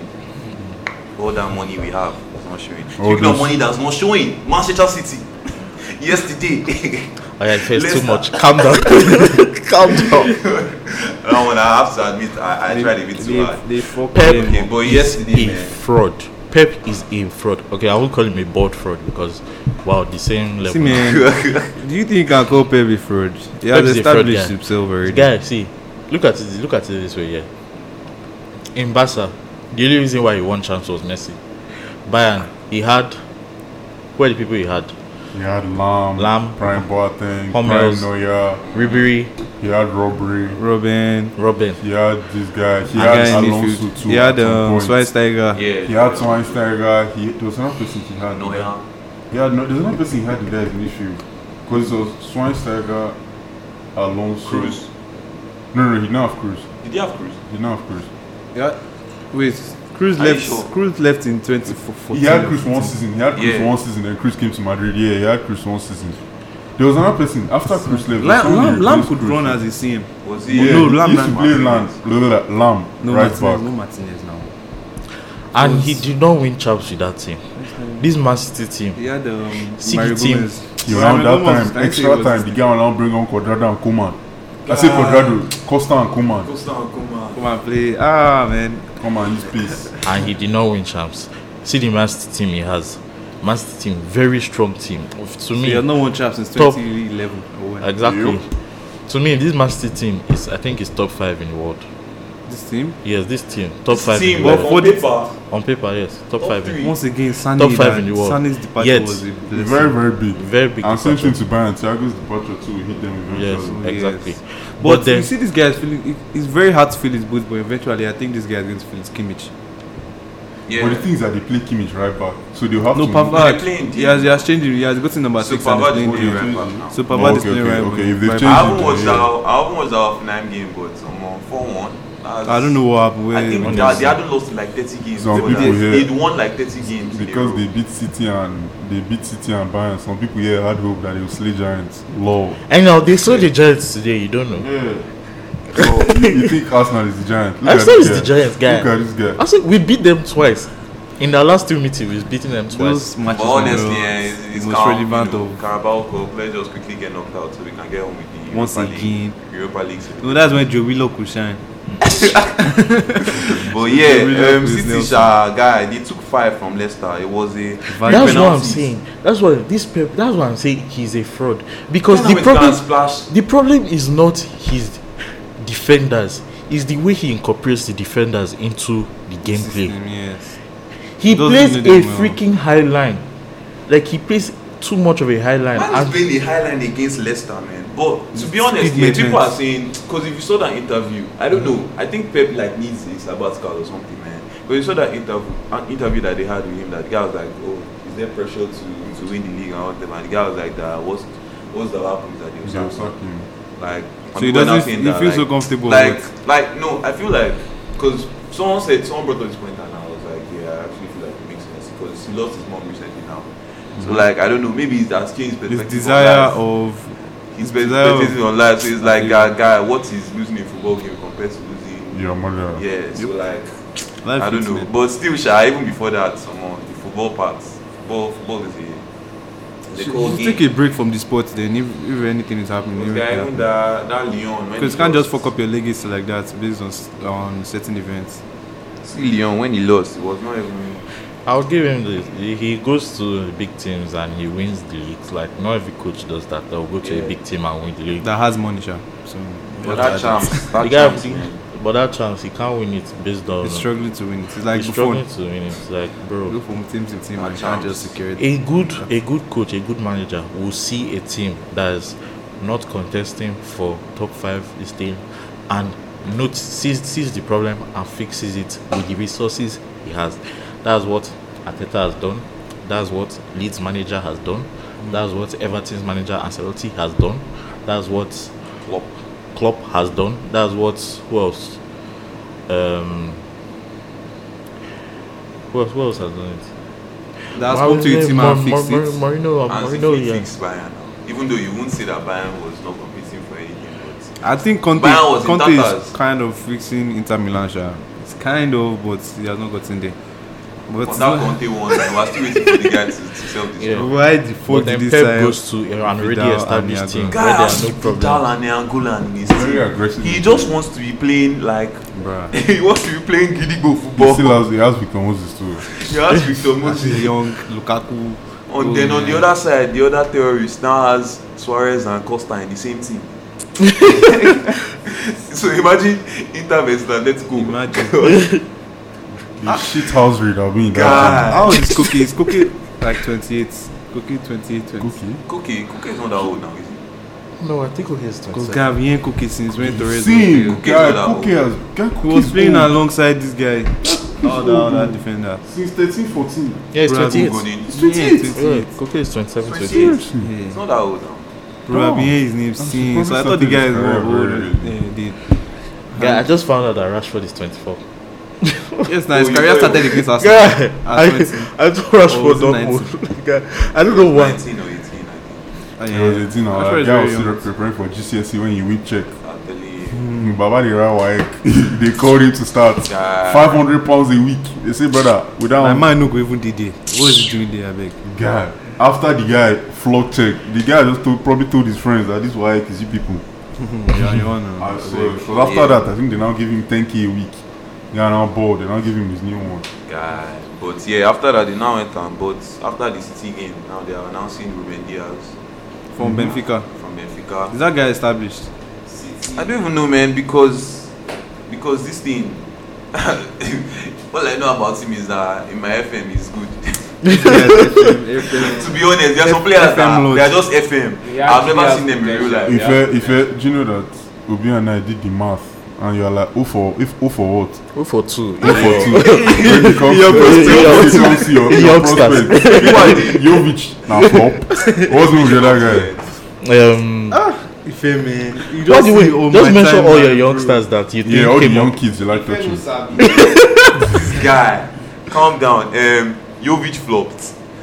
S1: All that money we have is not showing.
S4: All
S1: Speaking of
S4: those-
S1: money that's not showing, Manchester City. Yesterday.
S3: Oh, yeah, it feels too
S1: Leicester.
S3: much. Calm down. Calm down.
S1: that one I have to admit, I, I tried a bit too hard.
S2: They, they fuck
S3: Pep
S2: them.
S1: Okay, but yesterday,
S3: A
S1: man.
S3: fraud. Pep is a fraud. Okay, I won't call him a board fraud because, wow, the same level.
S2: See, man, do you think you can call Pep a fraud? He
S3: Pep
S2: has
S3: is a fraud
S2: established
S3: guy.
S2: himself already.
S3: Guy, see, look at it. Look at it this way, yeah. In Barca, the only reason why he won champs was Messi. Bayern, he had. Where the people he had?
S4: You had Lam,
S3: Lam,
S4: Prime Boateng,
S3: Hummels.
S4: Prime Neuer,
S3: Ribery,
S4: you had Robbery,
S2: Robin.
S3: Robin.
S4: you had this guy, he
S2: a
S4: had
S2: guy in
S4: Alonso
S2: midfield.
S4: too.
S2: He had
S4: at some
S2: um,
S4: point.
S2: Schweinsteiger.
S1: Yeah.
S4: He had Schweinsteiger, he, there was another person he had.
S1: No, yeah.
S4: He had no, there's another person he had the guys in midfield. Because it was Schweinsteiger, Alonso.
S1: Cruz.
S4: No, no, he now have Cruz.
S1: Did you have Cruz?
S4: He now have Cruz.
S2: Yeah. Wait, Cruz
S1: Are you
S2: left.
S1: sure?
S2: Cruz left in 2014.
S4: He had Cruz one season. He had Cruz
S1: Yeah.
S4: one season. Then Cruz came to Madrid. Yeah, he had Cruz one season. There was another person after Cruz left.
S2: Lam,
S4: somebody
S2: Lam, Lam
S4: replaced
S2: could
S4: Cruz.
S2: run as a CM.
S1: Was he?
S4: Yeah,
S2: No,
S4: no, Lam
S2: Lam
S4: he used to
S2: now-
S4: play Lam, Lam,
S2: No
S4: right
S2: Martinez. No
S4: back.
S2: Martinez now.
S3: And he did not win champs with that team. This Man City team.
S2: He had um,
S3: City
S2: Mario
S3: team.
S2: Gomez.
S4: He around
S2: Mario Gomez
S4: that
S2: was
S4: time,
S2: like-
S4: extra
S2: was-
S4: time, the guy will now bring on Quadrado and Koeman. I say Quadrado, Costa and Koeman.
S1: Costa and Koeman.
S2: Come and play. Ah man.
S4: Come on, use pace.
S3: and he did not win champs. See the Man City team he has. Man City team, very strong team. Of- To
S2: So
S3: me,
S2: you have not won champs since
S3: Top.
S2: 2011. Or when?
S3: exactly.
S4: You?
S3: To me, this Man City team is, I think, is top five in the world.
S2: This team.
S3: Yes, this team, top
S1: This
S3: five in
S1: team
S3: the
S1: of
S3: world.
S2: for
S1: on
S2: the-
S1: paper.
S3: On paper, yes, top,
S1: Top
S3: five. In,
S1: three.
S2: Once again, Sane.
S3: Top five
S2: that-
S3: in the world.
S2: Sane's departure
S3: Yet.
S2: was a blessing.
S4: Very, very big.
S3: very big.
S4: And same
S3: difference.
S4: thing to Bayern. Thiago's departure too will hit them
S3: Yes,
S4: eventually.
S3: exactly.
S2: But,
S3: But then-
S2: you see, this guy is feeling. It, it's very hard to feel his boots, but eventually, I think this guy is going to feel his Kimmich.
S1: Yeah.
S4: But the thing is that they play Kimmich right back, so they'll have
S2: No,
S4: to.
S2: Pavard.
S1: They're playing,
S2: He has, he has changed. him. He has gotten number
S1: So
S2: six. and
S1: Pavard
S2: he's
S1: is
S2: playing
S1: only
S2: him.
S1: right back now.
S2: So
S4: Oh,
S2: Pavard is
S4: okay,
S2: playing
S4: okay,
S2: right
S4: okay.
S2: back.
S4: If they've
S2: Right
S4: changed
S2: back.
S1: I haven't
S4: Yeah.
S1: watched that. I haven't watched that Hoffenheim game, but I'm on four one.
S2: I don't know what happened.
S1: I think
S2: Where-
S1: they, they hadn't lost like 30 games.
S4: Some
S1: before that.
S4: people here-
S1: They'd won like 30 games. in a
S4: because
S1: row.
S4: they beat City and they beat City and Bayern. Some people here had hope that they will slay Giants. Lol.
S3: And now they saw the Giants today. You don't know.
S4: Yeah. So you you think Arsenal is the Giant?
S3: I said
S4: this
S3: it's the Giants guy.
S4: Look at this guy.
S3: I said we beat them twice. In our last two meetings, we've beaten them twice.
S2: Those matches
S1: But honestly,
S2: were
S1: yeah, it's, it's
S2: most
S1: calm,
S2: relevant
S1: you know,
S2: of.
S1: Carabao Cup. Let's just quickly get knocked out so we can get on with the Europa
S2: Once
S1: League,
S2: again.
S1: Europa League. season.
S2: No, that's when Joe Willock could shine.
S1: But yeah,
S2: Really
S1: um,
S2: with
S1: City
S2: Nelson.
S1: Sha guy, they took five from Leicester. It was a
S3: That's what I'm
S1: penalties.
S3: saying. That's what this Pep. That's what I'm saying. He's a fraud because
S1: Because
S3: the problem.
S1: splash.
S3: The problem is not his defenders, it's the way he incorporates the defenders into the gameplay.
S2: System, yes.
S3: He
S2: Those
S3: plays a
S2: who know them well.
S3: freaking high line. Like he plays too much of a high line.
S1: Man is
S3: And
S1: playing the highline against Leicester, man. But to be honest,
S2: Speed
S1: yeah, people
S2: maintenance.
S1: are saying because if you saw that interview, I don't know. I think Pep like needs a sabbatical or something, man. But you saw that interview, an interview that they had with him. That the guy was like, "Oh, is there pressure to to win the league and all that?" And the guy was like, "That what's what's the happens that they
S4: They'll
S1: was
S4: sack him.
S1: like."
S2: So he
S1: people are now
S2: doesn't.
S1: saying
S2: He
S1: that,
S2: feels so
S1: like,
S2: comfortable. with-
S1: like like no i feel like because someone said someone brought up this point and i was like yeah i actually feel like it makes sense because he lost his mom recently now so like i don't know maybe it has changed his
S2: Mhm. his
S1: perspective
S2: desire
S1: on life.
S2: of
S1: his
S2: desire
S1: perspective on life so it's like guy guy what is losing in football game compared to losing
S4: Your mother.
S1: yeah so like
S2: life.
S1: i don't know
S2: incident.
S1: but still sha even before that someone the football part football football is a it's a
S2: Should-
S1: cold
S2: should take
S1: game
S2: a break from the sport then if, if anything is happening.
S1: because guy even that that leon when
S2: Because
S1: he
S2: you can't just
S1: lost-
S2: fuck up your legacy like that based on s- on certain events.
S1: See, Leon, when he lost, it was not even.
S3: I'll give him this. He- He goes to the big teams and he wins the leagues. Like not every coach does that. They'll go to
S1: Yeah.
S3: a big team and win the league.
S2: that has money, sha. So
S1: But that chance,
S3: The
S1: that
S3: guy-
S1: chance, man.
S3: but that chance, he can't win it based on.
S2: he's struggling to win. it. It's like
S3: he's struggling
S2: Buffon.
S3: to win it. Like
S2: Go
S3: bro,
S2: from team to team and
S1: That
S2: can't
S1: chance.
S2: just secure it.
S3: a good a good coach, a good manager will see a team that is not contesting for top five is team and note sees, sees the problem and fixes it with the resources he has. That's what Ateta has done. That's what Leeds manager has done. That's what Everton's manager Ancelotti has done. That's what Klopp, Klopp has done. That's what who else? Um, who else? Who else has done it?
S2: That's up to your team and fix it.
S3: Moreno,
S1: And
S3: Moreno,
S1: City
S3: uh, yeah.
S1: fixed Bayern now. Even though you won't say that Bayern was not competing for anything, but
S2: I think Conte,
S1: Bayern was in
S2: Conte is
S1: tatters.
S2: kind of fixing Inter Milan, sha. It's kind of, but he has not gotten there. But
S1: for that Conte won, and we're still waiting for the guy to, to sell this.
S3: Yeah.
S2: why the fuck
S3: But
S2: did
S3: then
S2: this
S3: Pep
S2: time?
S3: goes to an already
S2: Vidal
S3: established
S2: and Thiago.
S3: team where there
S1: Guy
S3: are
S1: has
S3: no
S1: Vidal
S3: problems.
S1: and Angola in his team.
S4: Very aggressive.
S1: He just wants to be playing like
S2: Bruh.
S1: he wants to be playing Gidigbo
S4: He still
S1: football.
S4: has, he has become Moses too.
S1: He has Victor
S2: That's
S1: Moses.
S2: young Lukaku.
S1: And then on the other side, the other terrorist now has Suarez and Costa in the same team. so imagine Inter versus Atletico.
S2: Imagine.
S4: The shit house read, I mean,
S1: God.
S2: How old is Cookie? Is Cookie like 28? Cookie 28, 20.
S4: Cookie.
S1: Cookie, Cookie is not that old now, is he?
S3: No, I think he has
S2: Because guy, we ain't Cookie since when Torres was
S4: Same,
S2: there.
S1: that
S4: guy,
S1: old.
S4: Cookie has, guy,
S2: He
S4: Cookie
S2: was
S4: is
S2: playing
S4: old.
S2: alongside this guy. Oh, that, that defender.
S4: Since 13, 14.
S3: Yeah, it's
S2: Bruh,
S3: 28.
S1: Good in-
S4: He's
S2: Yeah,
S4: 28.
S2: 28.
S3: Yeah, Koke is 27,
S1: 28.
S3: 28.
S4: Seriously.
S1: He's
S2: Yeah.
S1: not that old now.
S2: Bro, I've been
S4: No.
S2: hearing his name since. So I thought the
S4: surprised
S2: guy
S4: he's
S2: is
S4: very,
S2: old.
S4: very
S2: old. Yeah, he did.
S3: Guy, I just found out that Rashford is 24.
S2: Yes, now his
S1: Oh, you
S2: career
S1: know-
S2: started against Arsenal.
S3: Guy, I,
S2: At 20.
S3: I thought Rashford
S2: was it
S3: don't move. Guy, I don't know why.
S1: 19 or 18, I think.
S2: Oh,
S4: He was 18 now.
S2: Rashford
S4: That
S2: is
S4: guy
S2: very
S4: was still
S2: young.
S4: preparing for GCSE E when he win check.
S1: Actually,
S4: Mm, Baba the Rawaik, they called him to start.
S1: Yeah.
S4: 500 pounds a week. They say, brother, without
S2: My man no go even did there. What is he doing there, I beg?
S4: guy. After the guy flock check, the guy just told, probably told his friends that this Waik is you people.
S2: Yeah, you wanna-
S4: I swear. Because after
S1: Yeah.
S4: that, I think they now give him 10k a week. They are now bored. They now give him his new one.
S1: guy. But yeah, after that, they now went and bought. After the City game, now they are announcing Ruben Diaz
S2: From Benfica.
S1: from Benfica.
S2: Is that guy established?
S1: I don't even know, man, because because this thing. all I know about him is that in my FM is good. to be honest, there are some players
S2: FM
S1: that
S2: loads.
S1: they are just FM.
S5: Yeah,
S1: I've never
S5: yeah,
S1: seen them in real
S5: yeah.
S1: life.
S4: If, uh, if uh, do you know that Obi and I did the math, and you are like, oh for if oh for what?
S3: Go for two.
S4: Oh for two. When it comes
S3: Your
S4: to-
S3: prospects.
S4: when it comes to your-
S3: Your
S4: your
S3: youngsters.
S4: prospects, Jovic na flop. What's wrong with the other guy?
S3: Um,
S2: Ife, man. You
S3: just
S2: see
S3: wait,
S2: all
S3: just
S2: oh my
S3: mention
S2: time,
S3: all
S2: man, bro.
S3: your youngsters that you think
S4: Yeah, all the
S3: came
S4: young
S3: up.
S4: kids they like touching.
S1: This guy, calm down. Um, Jovic flopped.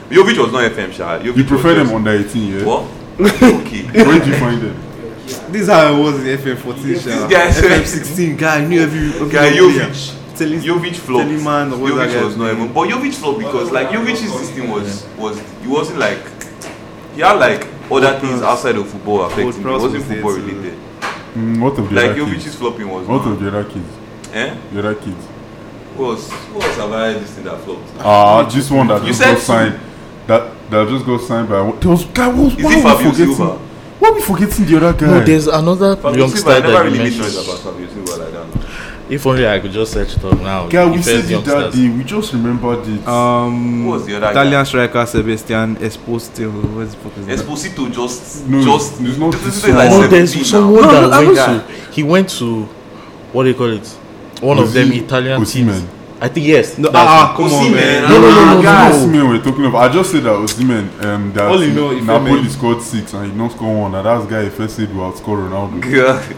S1: Jovic was not FM, sha. Jovic
S4: You prefer
S1: was
S4: them
S1: just-
S4: under 18, yeah?
S1: What? okay.
S4: Where do you find them?
S2: This is how I was in FM14, sha.
S1: This guy said-
S2: FM16, guy, I knew every. every
S1: Guy
S2: player.
S1: Jovic.
S2: Tell him-
S1: Jovic flopped.
S2: Telemann or what that
S1: Jovic
S2: guy
S1: was not
S2: is.
S1: even. But Jovic flopped because like Jovic's this thing was was he wasn't like he had like other things
S2: Prowse.
S1: outside of football affecting. him. It
S2: Prowse
S1: wasn't
S2: was there
S1: football
S2: too.
S1: related.
S4: Mm, what of the
S1: Like
S4: other
S1: Jovic's
S4: kids?
S1: flopping was.
S4: What
S1: not.
S4: of the other kids?
S1: Eh?
S4: The other kids?
S1: Who else? Who else have I had this thing that flopped?
S4: Ah, this one that
S1: You
S4: just
S1: said
S4: got
S1: two.
S4: signed. That that just got signed by one. There was guy. What,
S1: Is
S4: why
S1: it
S4: are we
S1: Fabio
S4: forgetting?
S1: Silva?
S4: Why are we forgetting the other guy?
S3: No, there's another
S1: Fabio Silva, I
S3: youngster
S1: never
S3: that you
S1: really made noise about
S3: mentioned.
S1: Fabio Silva like that.
S3: If only I could just search it up now.
S4: guy, we
S3: Ife's
S4: said it that
S3: youngsters.
S4: day. We just remembered it.
S2: Um,
S1: Who was the other
S2: Italian striker Sebastian Esposito. What's the fuck is that?
S1: Esposito just
S4: No,
S1: just
S4: it's not
S1: this
S4: this
S1: is like
S4: one.
S3: No,
S4: Except
S3: there's
S1: 17 now.
S3: someone
S2: No, no,
S3: that
S2: I
S3: went
S2: was-
S3: to. He went to what do you call it? One of
S4: Osi-
S3: them Italian teams.
S4: Osimhen.
S3: I think yes.
S2: No,
S3: that's
S2: ah, ah,
S3: it.
S2: come on,
S1: Osimhen,
S2: man.
S1: No, no, no,
S2: Ah,
S1: no, no,
S2: guys.
S4: Osimhen we're talking about. I just said that Osimhen. Um, that
S2: All you know, if
S4: Napoli
S2: Emery-
S4: scored six and he did not score one. And that guy first said will outscore Ronaldo.
S1: God.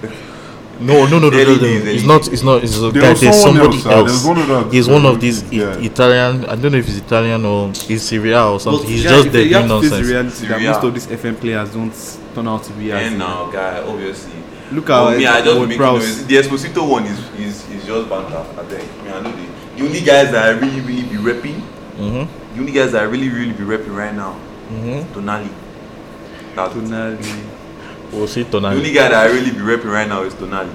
S3: no, no, no, no, no, no,
S1: Eddie, Eddie.
S3: It's not. It's not. It's a
S4: There
S3: guy.
S4: was
S3: There's
S4: someone
S3: somebody
S4: else,
S3: else.
S4: ah, there's one other-
S3: he's one of these
S4: Yeah.
S3: I- Italian. I don't know if he's Italian or he's Serie A or something.
S2: But
S3: he's
S2: yeah,
S3: just
S2: if
S3: there
S2: you
S3: doing
S2: have to face
S3: nonsense.
S2: The reality that
S1: Yeah.
S2: most of these FM players don't turn out to be as.
S1: And uh, now, guy, obviously.
S2: Look
S1: But
S2: at
S1: me, I just
S2: Ward
S1: make
S2: Prowse.
S1: noise. The Esposito one is is, is just banter. I think. Me, I know the, the only guys that I really really be repping,
S3: Mhm,
S1: the only guys that I really really be repping right now,
S3: mhm.
S1: Tonali. That,
S2: Tonali.
S3: We'll see
S1: The
S3: Tonali.
S2: Hmm.
S1: only guy that I really be repping right now is Tonali.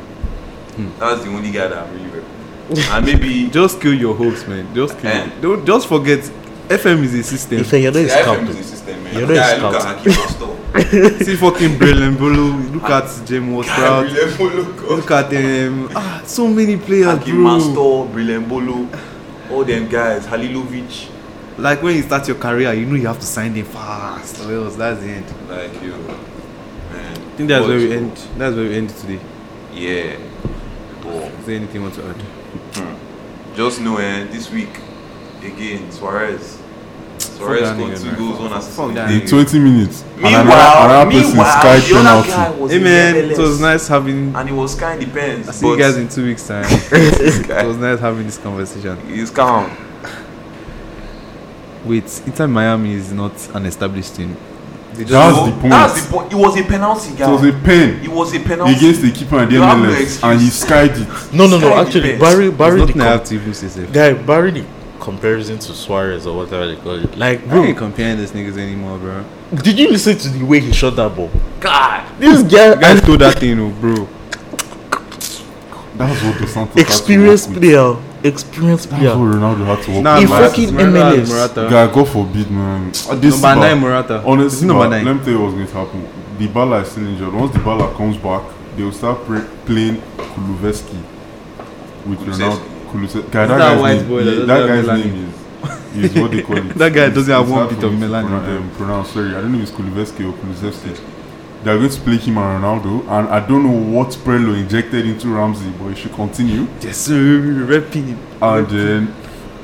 S1: That's the only guy that I'm really repping. and maybe
S2: Just kill your hopes, man. Just kill.
S1: Eh.
S2: it. Don't just forget. FM is a system.
S3: If you're not
S1: the FM is
S3: scalped.
S1: the system, man.
S3: You know
S1: Look
S3: it's
S1: at- look at Hakim Astor.
S2: See fucking Braylon Bolo. Look at James
S1: Guy,
S2: Ward.
S1: Brillembolo,
S2: Look at them. Ah, so many players,
S1: Hakim
S2: bro.
S1: Astor, Brillembolo, all them guys, Halilovic.
S2: Like when you start your career, you know you have to sign them fast. Or else that's the end.
S1: Like you, man.
S2: I think that's where we end. That's where we end today.
S1: Yeah. But
S2: Is there anything you want to add?
S1: just know, eh, this week again, Suarez. Suarez
S2: that
S1: scored
S2: nigga,
S1: two
S2: man.
S1: goals, one
S2: Fuck
S1: assist.
S2: that
S1: in
S4: in
S1: the game.
S4: 20 minutes. and
S1: Meanwhile,
S4: another, another person
S1: meanwhile,
S4: sky
S1: the other guy
S4: penalty.
S1: was
S2: Hey
S1: in
S2: man,
S1: MLS,
S2: it was nice having.
S1: and it was kind of depends.
S2: I see you
S1: but
S2: guys in two weeks time.
S1: this
S2: It
S1: guy
S2: was nice having this conversation.
S1: is calm.
S2: Wait, Inter Miami is not an established team. They
S4: That's
S1: So,
S4: the point.
S1: That's the point. It was a penalty,
S4: It
S1: guy.
S4: was a pen
S1: It was a penalty.
S4: against the keeper at the
S1: You have no
S4: MLS, and he skied it.
S3: No, no, no.
S1: Sky
S3: Actually,
S1: depends.
S2: Barry
S3: Barry, Barry,
S2: it's
S3: the
S2: not
S3: com-
S2: Nair to even say safe.
S3: guy, Barry, the comparison to Suarez or whatever they call it. Like,
S2: I
S3: bro,
S2: ain't comparing these niggas anymore, bro.
S3: did you listen to the way he shot that ball?
S1: God.
S3: This guy,
S2: Guys, throw that thing, oh, bro.
S4: That was what Dos Santos had to
S3: experienced
S4: work with.
S3: player, experienced
S4: That's what
S3: player.
S4: Ronaldo had to work
S2: Nah,
S4: with.
S3: In
S2: man,
S3: fucking
S2: it's Morata,
S3: MLS.
S2: Morata.
S4: Guy, God forbid, man. Ah, This
S2: Number
S4: Ba-
S2: nine, Morata. Is
S4: Honestly,
S2: he number
S4: Ba-
S2: nine.
S4: let me tell you what's going to happen. The Bala is still injured. Once the Bala comes back, they will start pre- playing Kulusevski with Ronaldo. Kulusevski. Guy,
S2: that
S4: that, guy's
S2: white
S4: name,
S2: boy that
S4: yeah,
S2: doesn't
S4: that
S2: have
S4: guy's
S2: Melanin?
S4: name is, is what they call it.
S2: That guy
S4: It's-
S2: doesn't have
S4: it's
S2: one
S4: hard
S2: bit
S4: for
S2: of
S4: me to
S2: melanin,
S4: pronounce-
S2: bro.
S4: um, pronounce. Sorry, I don't know if it's Kulusevski or Kulusevski. They are going to play him and Ronaldo, and I don't know what Prelo injected into Ramsey, but it should continue.
S2: Yes, sir. Repeat.
S4: And then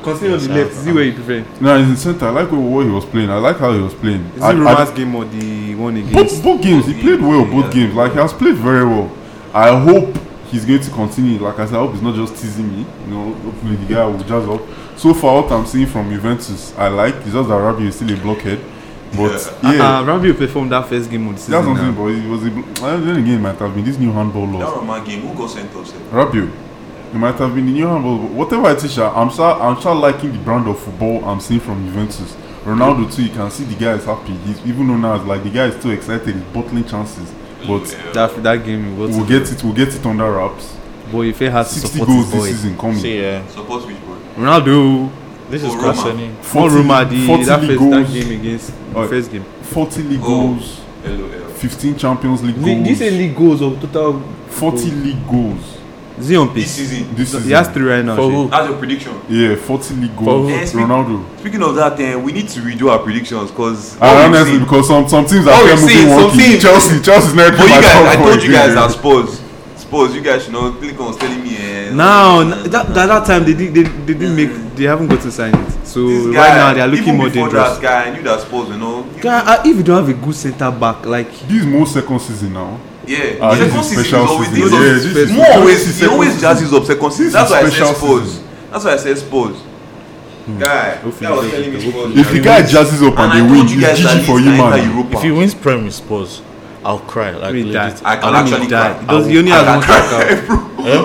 S2: Continue on the left. See where you prefer.
S4: No, he's in center. I like what he was playing. I like how he was playing.
S2: Is
S4: I-
S2: it
S4: I-
S2: Roma's game or the one against?
S4: both, both games, he played well. Both
S1: Yeah.
S4: games, like he has played very well. I hope he's going to continue. Like I said, I hope he's not just teasing me. You know, hopefully the guy will jazz up. So far, what I'm seeing from Juventus, I like. It's just that Rabi is still a blockhead, but yeah,
S2: Uh, Rambi performed that first game of the
S4: that's
S2: season.
S4: something.
S2: now.
S4: But it was a bl- well, then again, it might have been this new handball
S1: That
S4: loss.
S1: was my game. Who got sent off? sef?
S4: Rabi, it might have been the new handball. But whatever it is, sha, I'm sure I'm sure liking the brand of football I'm seeing from Juventus. Ronaldo too, you can see the guy is happy. He's even though now it's like the guy is too excited, he's bottling chances. But
S2: That that game we
S4: We'll get it. We'll get it under wraps.
S2: Boy, if he has to
S4: 60
S2: support
S4: goals
S2: his
S4: this
S2: boy,
S4: season coming.
S3: See, yeah,
S1: Support which boy?
S2: Ronaldo.
S3: this
S1: is
S3: is
S1: Oh, Roma. concerning.
S3: concerning.
S2: More
S4: 40,
S2: rumor the
S4: 40
S2: that
S4: league
S2: first
S4: goals,
S2: that game against
S4: Oh.
S2: first game.
S4: 40 league
S1: Oh.
S4: goals,
S1: LOL.
S4: 15 Champions League goals,
S2: league goals of total.
S4: 40 league goals.
S2: Zion
S1: This
S2: piece.
S1: season.
S4: This is
S2: He has three right now.
S3: For
S2: shey.
S3: who?
S1: That's your prediction.
S4: Yeah, 40 league
S3: For
S4: goals.
S3: who?
S1: Yes, we-
S4: Ronaldo.
S1: Speaking of that, eh, we need to redo our predictions because
S4: And Ah, honestly, because some some teams are
S1: Oh, you
S4: moving
S1: see, some
S4: wonky.
S1: teams-
S4: Chelsea, Chelsea's not.
S1: But you guys, I told you guys that Spurs, Spurs, you guys should know. Lincoln was telling me. Eh,
S2: Now,
S1: eh,
S2: that, that, that time they, did, they, they didn't make, they haven't got to sign it. So
S1: this
S2: right
S1: guy,
S2: now they are looking
S1: even
S2: more
S1: before
S2: dangerous.
S1: That guy, I knew that Spurs, you know. you-
S2: Guy, uh, if you don't have a good centre back, like
S4: This is more second season now.
S1: yeah,
S4: Ah, this
S1: second
S4: is
S1: season is
S4: special
S1: always
S4: season.
S1: this
S4: Yeah,
S1: always-
S4: this is-
S1: more
S4: this is
S1: always he
S4: second
S1: always
S4: season.
S1: jazzes up second season.
S4: is
S1: That's why I said
S4: special
S1: Spurs.
S4: season. Hmm.
S1: That's why I said Spurs. Guy,
S2: Hopefully
S1: guy was
S2: they
S1: telling me
S2: get the-
S1: Spurs.
S4: If the guy jazzes up
S1: and
S4: and,
S1: I
S4: they win,
S1: told
S4: it's
S1: you guys that
S4: GG
S1: this
S4: for you,
S1: enter
S4: man.
S1: Europa.
S3: If he wins Prem with Spurs, I'll cry. Like,
S2: Really die.
S3: legit.
S1: I can
S2: let
S1: actually
S2: me die.
S1: cry.
S2: It does- he only has one striker. Eh?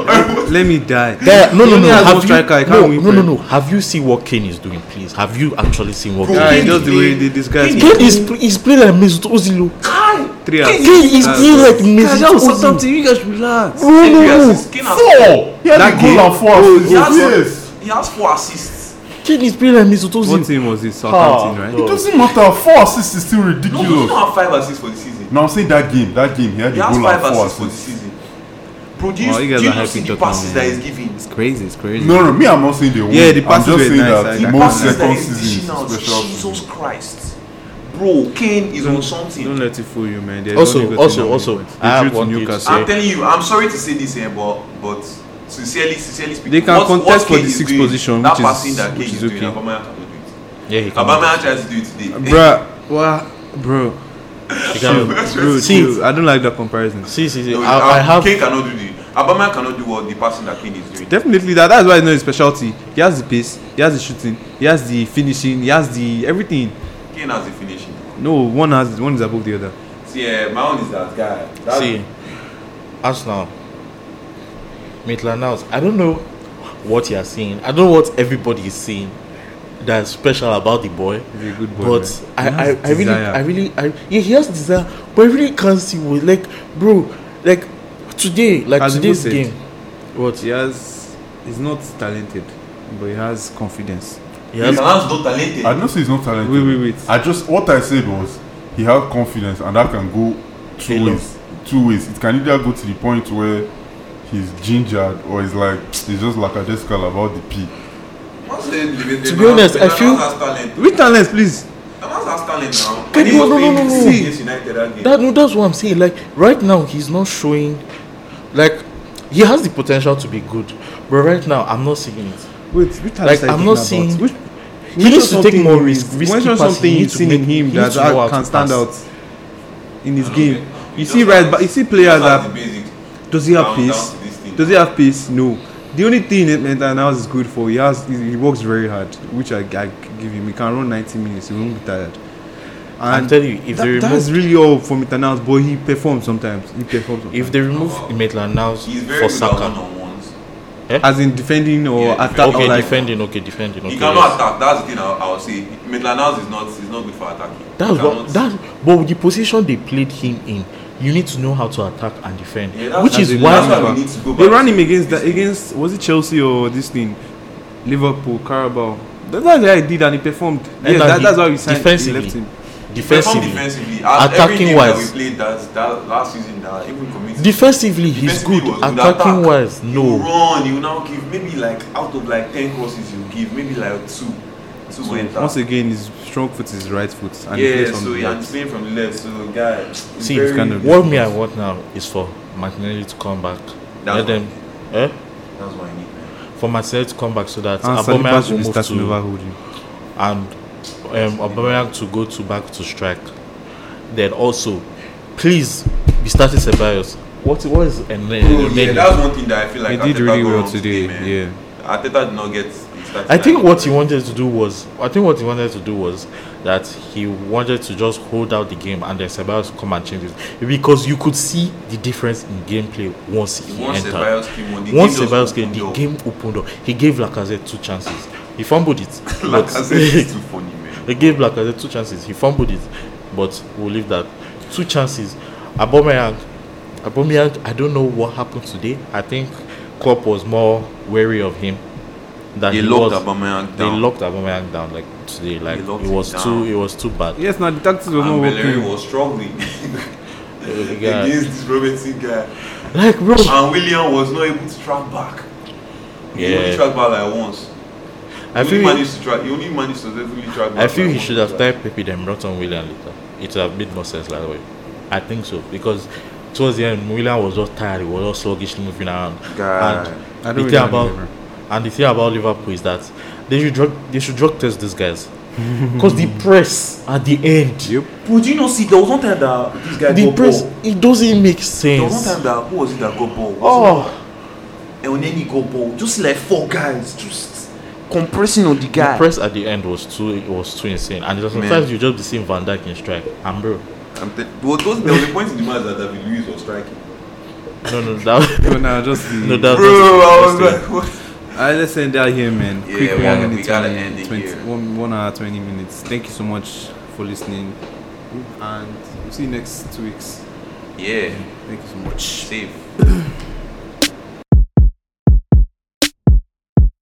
S2: Let me die.
S3: Guy, no,
S2: He
S3: no, no,
S2: only
S3: no.
S2: has one
S3: Have you,
S2: striker. He can't
S3: no,
S2: win
S3: no, no,
S2: Prem.
S3: no. Have you seen what Kane is doing, please? Have you actually seen what
S2: Guy,
S3: Kane
S2: just
S3: is
S2: the way they- this guy is
S3: Kane is pl- he's playing like Mesut Ozil. oh.
S2: Three
S3: Kane
S2: assists.
S3: is playing like
S2: Guy, that
S3: Mesut
S2: was
S3: Ozil.
S2: something. You guys relax.
S3: No, no,
S1: Three
S3: no.
S1: assists. Kane has-
S4: Four. He had
S2: That
S4: a
S2: game-
S4: goal and four
S2: Oh,
S4: assists.
S1: He has-
S4: Yes.
S1: He has four assists.
S3: Kane is playing like Mesut
S2: What
S3: Ozil.
S2: team was this? Southampton, right?
S4: It doesn't matter. Four assists is still
S1: No, he doesn't
S4: ridiculous.
S1: Non, have five assists for the season.
S4: No, I'm saying that game. That game, he had
S1: He
S4: a
S1: has
S4: goal and
S1: five
S4: four
S1: assists for the
S4: assists.
S1: season. Bro, do you,
S2: Wow, you guys
S1: do you
S2: are
S1: not
S2: hyping
S1: see the
S2: Tottenham,
S1: passes
S2: man.
S1: that he's giving?
S2: It's crazy. It's crazy.
S4: No, no, me, I'm not saying they won.
S2: Yeah, the passes
S4: I'm
S2: were
S4: just saying
S2: nice,
S4: that
S2: I- I-
S4: the
S2: The
S4: most
S1: passes that
S4: second
S1: he's
S4: season
S1: dishing
S4: is
S1: out.
S4: special.
S1: Jesus Christ. Bro, Kane is on
S2: Don't
S1: something.
S2: let it fool you, man. There's
S3: Also,
S2: only got
S3: also,
S2: enough
S3: also,
S2: points.
S3: I have
S2: They drew
S3: one
S2: to
S3: thing to
S2: Newcastle.
S3: say.
S1: I'm telling you, I'm sorry to say this here, but but sincerely, sincerely speaking,
S2: They can
S1: what, what
S2: contest for
S1: Kane
S2: the
S1: is
S2: sixth
S1: doing,
S2: position,
S1: That
S2: which is-
S1: passing that Kane
S2: which
S1: is,
S2: is
S1: doing,
S2: okay.
S1: Aubameyang cannot do it.
S3: Yeah, he can.
S1: Aubameyang tries to do it
S3: Ah,
S1: today. Eh,
S2: Bruh, well, bro,
S3: He can.
S2: bro,
S3: See-
S2: chill. I don't like that comparison.
S3: See, see, see.
S1: No, um,
S3: I, I have.
S1: Kane cannot do the Aubameyang cannot do what the passing that Kane is doing.
S2: Definitely that. That's why I know his specialty. He has the pace. He has the shooting. He has the finishing. He has the everything.
S1: Kane has the finishing.
S2: No, one has one is above the other.
S1: See, eh, my own is that guy. That
S3: See, Arsenal, Maitland Niles. I don't know what you are seeing. I don't know what everybody is seeing that's special about the boy.
S2: He's a good boy.
S3: But I,
S2: man. He
S3: I,
S2: has
S3: I really,
S2: desire.
S3: I really, I yeah, he has desire, but I really can't see what like, bro, like today, like
S2: Has he
S3: today's
S2: moved it?
S3: game. What?
S2: he has he's not talented, but he has confidence.
S3: He has-
S1: Salah's not talented.
S4: I
S3: Ah, non.
S4: don't say he's not talented.
S2: Wait, wait, wait.
S4: I just what I said was he had confidence and that can go two
S1: Hello.
S4: ways. Two ways. It can either go to the point where he's gingered or he's like he's just like a descal about the pee.
S1: To
S3: To be honest, I feel-
S1: Has talent.
S2: Read talent, please.
S1: Salah's has talent now.
S3: Can
S1: non. When he
S3: you-
S1: was
S3: no, no,
S1: playing
S3: no, no,
S1: against
S3: no.
S1: United that game.
S3: That no, that's what I'm saying. Like right now, he's not showing. Like he has the potential to be good, but right now I'm not seeing it.
S2: Wait, which
S3: Like,
S2: talent are you
S3: I'm
S2: talking
S3: not
S2: about?
S3: seeing-
S2: Which,
S3: He
S2: mention
S3: needs to take
S2: something
S3: more
S2: in-
S3: risk. Risky
S2: mention
S3: passes.
S2: something
S3: He
S2: you've
S3: needs to
S2: seen in
S3: make-
S2: him
S3: he
S2: that,
S3: needs to know how
S2: that
S3: to
S2: can stand
S3: pass.
S2: out in his
S1: I don't
S2: game.
S1: get- he
S2: You
S1: just
S2: see, right?
S1: has-
S2: But you see,
S1: he
S2: players
S1: just has
S2: that
S1: the basics.
S2: Does he have
S1: Down- down
S2: pace?
S1: to this thing.
S2: Does he have pace? No. The only thing that Netanyahu is good for, he has he, he works very hard, which I, I give him. He can run 90 minutes, he won't be tired.
S3: I'm telling you, if
S2: that,
S3: they
S2: that's
S3: remove,
S2: really all from Netanyahu, but he performs sometimes. He performs sometimes.
S3: if they remove Maitland now
S1: He's very
S3: for
S1: good at
S3: Saka,
S1: one-on-ones.
S2: as in defending or
S1: Yeah,
S2: attack
S3: okay,
S2: or like,
S3: defending, okay, defending, okay.
S1: He cannot
S3: yes.
S1: attack. That's the thing I'll, I'll say. Midlanals is not is not good for attacking. He
S3: That's
S1: cannot-
S3: what that. But with the position they played him in, you need to know how to attack and defend,
S1: Yeah, that's-
S3: which
S1: that's
S3: is
S2: the
S1: That's
S3: why.
S2: last-
S1: why we need to go back.
S2: They ran him
S1: to
S2: against
S1: this
S2: that against was it Chelsea or this thing, Liverpool, Carabao. That, that's how he did and he performed.
S3: And
S2: yeah,
S3: that
S2: that,
S3: he-
S2: that's why we signed. He
S3: defensively.
S2: left him.
S1: Perform
S3: Defensively,
S1: defensively. As
S3: Attacking
S1: every game
S3: wise.
S1: that we played that, that last season, that even committed.
S3: defensively, he's
S1: defensively
S3: good.
S1: was
S3: Attacking
S1: Attack,
S3: wise,
S1: he will
S3: no.
S1: run. You now give maybe like out of like ten crosses, you give maybe like two, two
S2: So
S1: went out.
S2: once again, his strong foot is right foot and he
S1: Yeah,
S2: plays on
S1: so
S2: the
S1: yeah,
S2: left.
S1: I'm playing from the left. So guy, it's
S3: See,
S1: very,
S2: kind of-
S3: what me I want now is for Martinelli to come back. Let
S1: That's
S3: them, eh?
S1: that's what I need. man.
S3: For Martinelli to come back so that
S2: And Ah, Saliba
S3: Aubameyang
S2: should be
S3: will move
S2: starting
S3: to
S2: over holding.
S3: and um, Aubameyang to go to back to strike. Then also, please be starting Ceballos. What what is
S1: So, Oh, yeah,
S3: Enene?
S1: that's one thing that I feel like
S2: He did
S1: Arteta
S2: really
S1: got
S2: well
S1: wrong
S2: today,
S1: man.
S2: yeah.
S1: Arteta did not get. his starting
S3: I think
S1: lineup.
S3: what he wanted to do was I think what he wanted to do was that he wanted to just hold out the game and then Ceballos come and change it because you could see the difference in gameplay once he
S1: once
S3: entered.
S1: Ceballos came on, the
S3: Once
S1: game just
S3: Ceballos came,
S1: opened
S3: the
S1: up.
S3: game opened up. He gave Lacazette two chances. He fumbled it. but-
S1: Lacazette is too funny, man.
S3: They gave Lacazette two chances. He fumbled it, but we'll leave that. Two chances. Aubameyang, Aubameyang. I don't know what happened today. I think Klopp was more wary of him. That
S1: They
S3: he
S1: locked
S3: was.
S1: Aubameyang
S3: They
S1: down.
S3: locked Aubameyang down like today. Like
S1: locked
S3: it was
S1: him
S3: too.
S1: down.
S3: It was too bad.
S2: Yes, now the tactics was not
S1: and Bellerin
S2: working.
S1: was struggling
S3: Uh, guy.
S1: against this Robertson guy.
S3: Like bro.
S1: And William was not able to track back. He only
S3: Yeah.
S1: tracked back like once. He
S3: I
S1: only
S3: feel.
S1: managed to track. He only managed to successfully track back.
S3: I feel
S1: like
S3: he
S1: once
S3: should have
S1: or
S3: tied Pepe then brought on William later. It would have made more sense that way. I think so because towards the end William was just tired. He was just sluggishly moving around.
S1: twice. Guy.
S3: And
S2: I
S3: the
S2: don't
S3: thing
S2: really
S3: about
S2: remember.
S3: and the thing about Liverpool is that they should drug they should drug test these guys because the press at the end
S2: Yep.
S1: But do you not see there was one time that this guy
S3: the
S1: got
S3: press
S1: ball.
S3: it doesn't make
S1: There was one
S3: sense.
S1: time that who was it that got ball? Was
S3: Oh,
S1: it Elneny got ball. Just like four guys just compressing on the guy.
S3: the press at the end was too it was too insane. And sometimes
S1: Man.
S3: you just be seeing Van Dijk in strike. And bro,
S1: I'm te- well, those, there was a point in the match that David Luiz was striking.
S3: no no that
S2: But nah, just the,
S3: no that
S1: Bro, I was
S3: that's-
S1: like, what?
S2: All right, let's end that here, man.
S1: Yeah,
S2: Quick
S1: we
S2: one
S1: gotta- we
S2: minute,
S1: gotta
S2: 20
S1: end it
S2: 20
S1: here.
S2: one- one hour, 20 minutes. Thank you so much for listening. And we'll see you next two weeks.
S1: Yeah,
S2: Thank you so much.
S1: safe.